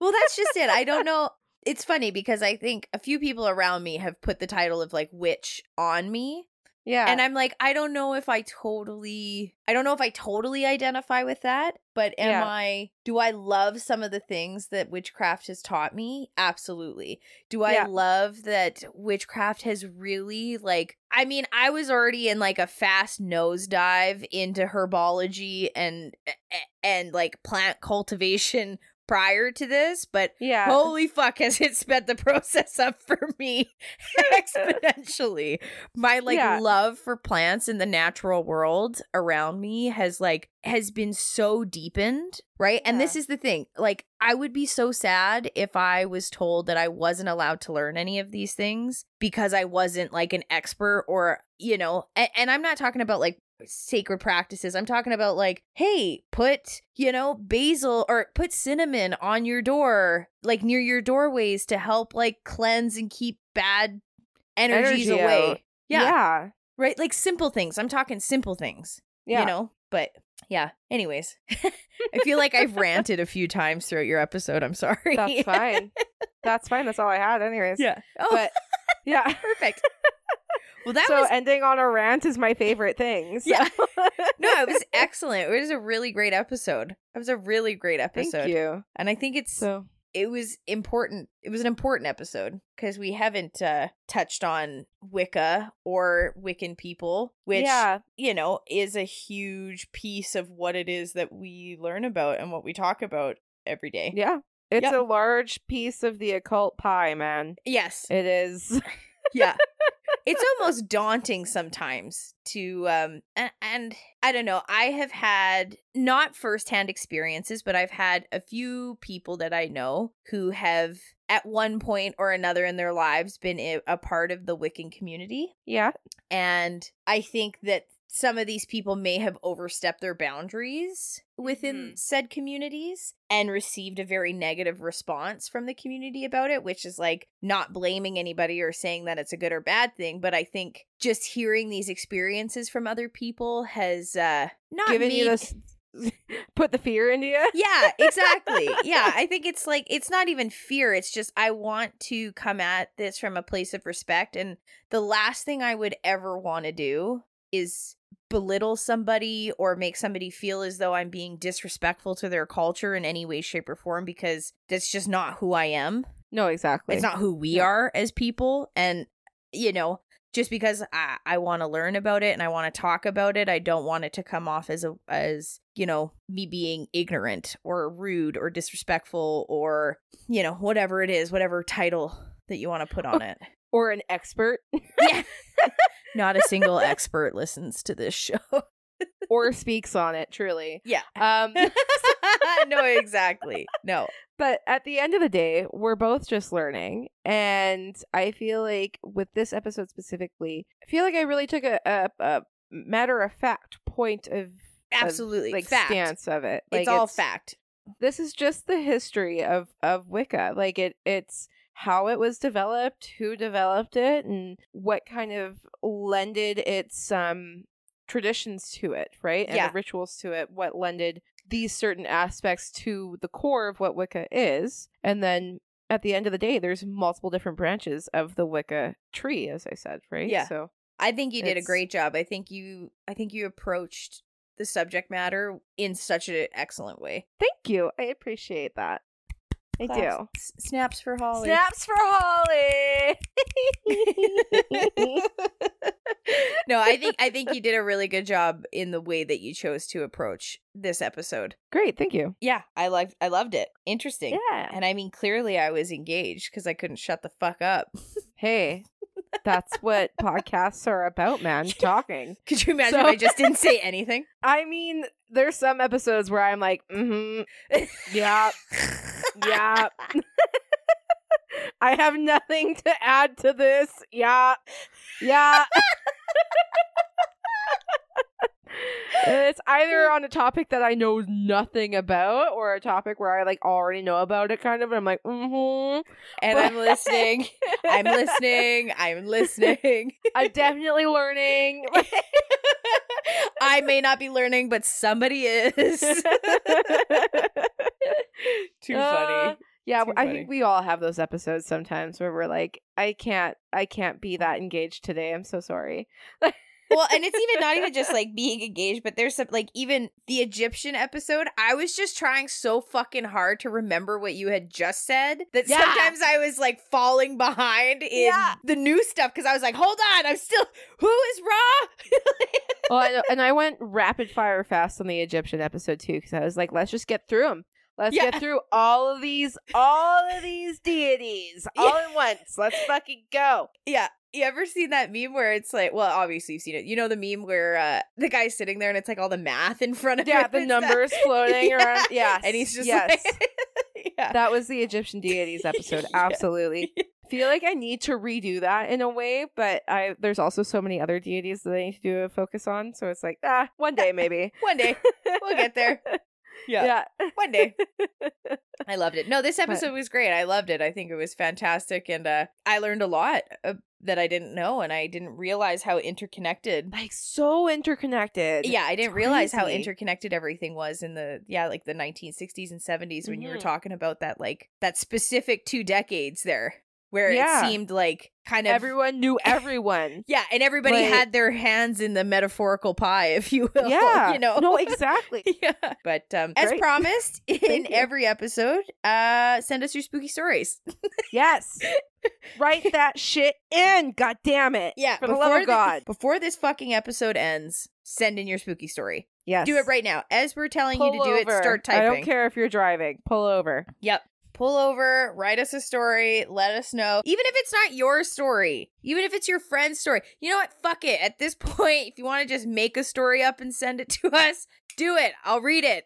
S3: Well, that's just it. I don't know. It's funny because I think a few people around me have put the title of like witch on me.
S2: Yeah.
S3: And I'm like, I don't know if I totally I don't know if I totally identify with that, but am
S2: Yeah.
S3: I do I love some of the things that witchcraft has taught me? Absolutely. Do I
S2: Yeah.
S3: love that witchcraft has really like I mean, I was already in like a fast nosedive into herbology and and like plant cultivation prior to this, but
S2: yeah.
S3: Holy fuck, has it sped the process up for me exponentially? My like
S2: Yeah.
S3: love for plants and the natural world around me has like has been so deepened, right? And this is the thing. Like I would be so sad if I was told that I wasn't allowed to learn any of these things because I wasn't like an expert or, you know, and, and I'm not talking about like sacred practices. I'm talking about like, hey, put, you know, basil or put cinnamon on your door, like near your doorways to help like cleanse and keep bad energies
S2: Energy out.
S3: away. Yeah,
S2: yeah.
S3: Right. Like simple things. I'm talking simple things,
S2: Yeah.
S3: you know, but yeah. Anyways, I feel like I've ranted a few times throughout your episode. I'm sorry.
S2: That's fine. That's fine. That's all I had, anyways.
S3: yeah. Oh,
S2: But yeah.
S3: perfect. Well, that
S2: so
S3: was
S2: ending on a rant is my favorite thing. so-
S3: Yeah. no, it was excellent. It was a really great episode. It was a really great
S2: Thank
S3: episode.
S2: you.
S3: And I think it's
S2: So
S3: it was important. It was an important episode because we haven't uh, touched on Wicca or Wiccan people, which
S2: yeah,
S3: you know is a huge piece of what it is that we learn about and what we talk about every day.
S2: yeah, it's
S3: Yeah.
S2: a large piece of the occult pie, man.
S3: Yes.
S2: It is.
S3: yeah it's almost daunting sometimes to um and, and i don't know i have had not firsthand experiences but i've had a few people that i know who have at one point or another in their lives been i- a part of the wiccan community
S2: Yeah,
S3: and i think that some of these people may have overstepped their boundaries within
S2: Mhm.
S3: said communities and received a very negative response from the community about it which is like not blaming anybody or saying that it's a good or bad thing but i think just hearing these experiences from other people has uh not
S2: giving
S3: made-
S2: you this, put the fear into you.
S3: yeah, exactly. yeah, I think it's like it's not even fear. It's just I want to come at this from a place of respect and the last thing I would ever want to do is belittle somebody or make somebody feel as though I'm being disrespectful to their culture in any way shape or form because that's just not who I am.
S2: No, exactly.
S3: It's not who we
S2: Yeah.
S3: are as people. And, you know, just because I, I want to learn about it and I want to talk about it, I don't want it to come off as a as, you know, me being ignorant or rude or disrespectful or, you know, whatever it is, whatever title that you want to put on it.
S2: or an expert,
S3: Not a single expert listens to this show.
S2: or speaks on it. Truly.
S3: Yeah.
S2: Um,
S3: no, exactly. No.
S2: but at the end of the day, we're both just learning, and I feel like with this episode specifically, I feel like I really took a a, a matter of fact point of
S3: Absolutely.
S2: like
S3: fact.
S2: stance of it. Like,
S3: it's all fact.
S2: this is just the history of of Wicca. Like it it's how it was developed, who developed it, and what kind of lended its um traditions to it, right? And
S3: Yeah.
S2: the rituals to it, what lended these certain aspects to the core of what Wicca is. And then at the end of the day, there's multiple different branches of the Wicca tree, as I said, right?
S3: Yeah.
S2: So
S3: I think you did a
S2: It's-
S3: great job. I think you I think you approached the subject matter in such an excellent way.
S2: thank you. I appreciate that. I
S3: Claps.
S2: do.
S3: S- snaps for Holly.
S2: Snaps for Holly.
S3: no, I think I think you did a really good job in the way that you chose to approach this episode.
S2: Great, thank you.
S3: Yeah, I liked I loved it. Interesting.
S2: Yeah.
S3: And I mean clearly I was engaged because I couldn't shut the fuck up.
S2: Hey, that's what podcasts are about, man. Talking.
S3: Could you imagine
S2: So-
S3: if I just didn't say anything?
S2: I mean, there's some episodes where I'm like, mm-hmm, yeah, yeah. I have nothing to add to this. Yeah, yeah. And it's either on a topic that I know nothing about, or a topic where I like already know about it, kind of. And I'm like, mm-hmm.
S3: And I'm listening. I'm listening. I'm listening.
S2: I'm definitely learning.
S3: I may not be learning, but somebody is. Too
S2: Uh, Yeah,
S3: Too
S2: I
S3: funny.
S2: think we all have those episodes sometimes where we're like, I can't, I can't be that engaged today. I'm so sorry.
S3: well, and it's even not even just like being engaged, but there's some like even the Egyptian episode. I was just trying so fucking hard to remember what you had just said that
S2: Yeah.
S3: sometimes I was like falling behind in
S2: Yeah.
S3: the new stuff because I was like, hold on, I'm still who is raw?
S2: well, Oh, I- and I went rapid fire fast on the Egyptian episode too because I was like, let's just get through them. Let's
S3: Yeah.
S2: get through all of these, all of these deities, all at once. Let's fucking go.
S3: Yeah. You ever seen that meme where it's like, well, obviously you've seen it. You know the meme where uh, the guy's sitting there and it's like all the math in front of him.
S2: Yeah, the
S3: and stuff?
S2: numbers floating
S3: Yeah.
S2: around. Yes,
S3: And he's just
S2: yes.
S3: like, yeah.
S2: that was the Egyptian deities episode.
S3: Yeah.
S2: Absolutely. Feel like I need to redo that in a way, but I there's also so many other deities that I need to do a focus on. So it's like, ah, one day maybe.
S3: One day we'll get there. Yeah.
S2: yeah.
S3: One day. I loved it. No, this episode was great. I loved it. I think it was fantastic and uh I learned a lot uh, that I didn't know and I didn't realize how interconnected.
S2: Like so interconnected.
S3: Yeah, I didn't realize how
S2: crazy.
S3: interconnected everything was in the yeah, like the 1960s and 70s when you were
S2: Mhm.
S3: talking about that like that specific two decades there where
S2: Yeah.
S3: it seemed like kind of
S2: Everyone knew everyone.
S3: yeah, and everybody
S2: Like-
S3: had their hands in the metaphorical pie, if you will.
S2: yeah.
S3: you know.
S2: No, exactly.
S3: yeah. But um, as
S2: Great.
S3: promised in
S2: you.
S3: every episode, uh, send us your spooky stories.
S2: yes. Write that shit in. God damn it.
S3: Yeah,
S2: For the love of
S3: thi-
S2: God.
S3: before this fucking episode ends, send in your spooky story.
S2: Yes.
S3: Do it right now. As we're telling
S2: Pull
S3: you to do it,
S2: over.
S3: start
S2: I
S3: typing.
S2: don't care if you're driving. Pull over.
S3: Yep. Pull over, write us a story, let us know. Even if it's not your story, even if it's your friend's story, you know what? Fuck it. At this point, if you want to just make a story up and send it to us, do it. I'll read it.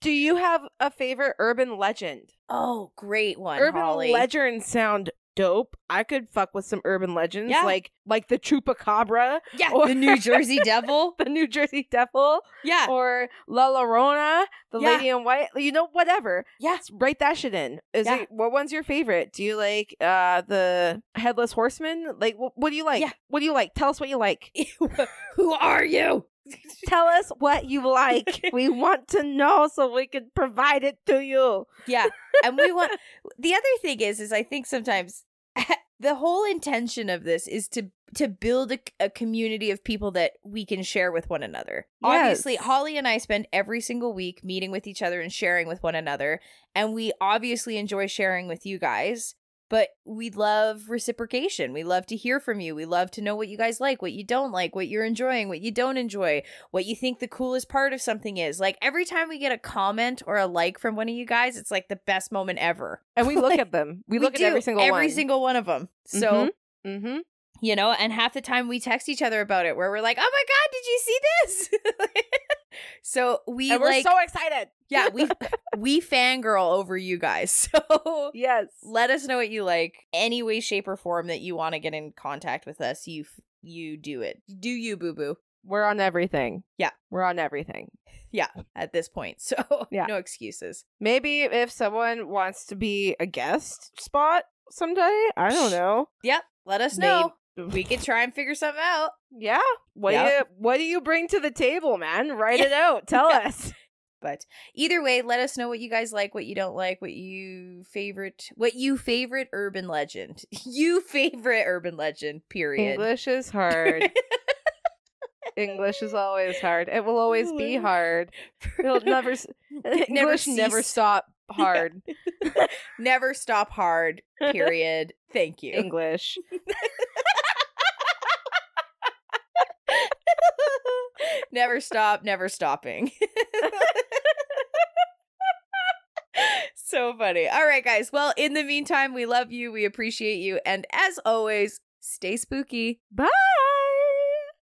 S2: Do you have a favorite urban legend?
S3: Oh, great one.
S2: urban
S3: Holly.
S2: legends sound dope. I could fuck with some urban legends,
S3: Yeah.
S2: like like the chupacabra,
S3: Yeah.
S2: Or-
S3: the New Jersey Devil.
S2: the New Jersey Devil,
S3: Yeah.
S2: or La Llorona, the
S3: Yeah.
S2: Lady in White. You know, whatever.
S3: Yeah.
S2: Just write that shit in. Is
S3: Yeah.
S2: it, what one's your favorite? Do you like uh the Headless Horseman? Like, wh- what do you like?
S3: Yeah.
S2: What do you like? Tell us what you like.
S3: Who are you?
S2: Tell us what you like. we want to know so we can provide it to you.
S3: Yeah. And we want the other thing is is I think sometimes the whole intention of this is to to build a, a community of people that we can share with one another. Obviously,
S2: Yes.
S3: Holly and I spend every single week meeting with each other and sharing with one another, and we obviously enjoy sharing with you guys. But we love reciprocation. We love to hear from you. We love to know what you guys like, what you don't like, what you're enjoying, what you don't enjoy, what you think the coolest part of something is. Like every time we get a comment or a like from one of you guys, it's like the best moment ever.
S2: And we look at them. We, look
S3: do,
S2: at every single one.
S3: every single one of them. So
S2: Mm-hmm.
S3: you know, and half the time we text each other about it, where we're like, "Oh my god, did you see this?" so we
S2: and we're
S3: like,
S2: so excited.
S3: yeah, we we fangirl over you guys. So
S2: Yes.
S3: let us know what you like, any way, shape, or form that you want to get in contact with us. You f- you do it. Do you boo boo?
S2: We're on everything.
S3: Yeah.
S2: We're on everything.
S3: At this point, so
S2: Yeah.
S3: no excuses.
S2: Maybe if someone wants to be a guest spot someday, I don't know.
S3: Yep, let us know. We can try and figure something out.
S2: Yeah. What do
S3: Yeah.
S2: you what do you bring to the table, man? Write it out. Tell us.
S3: But either way, let us know what you guys like, what you don't like, what you favorite, what you favorite urban legend. You favorite urban legend, period.
S2: English is hard. English is always hard. It will always be hard. It'll never s- English never
S3: cease.
S2: stop hard.
S3: Never stop hard, period. Thank you.
S2: English.
S3: never stop, never stopping. so funny. All right, guys. Well, in the meantime, we love you. We appreciate you. And as always, stay spooky.
S2: Bye.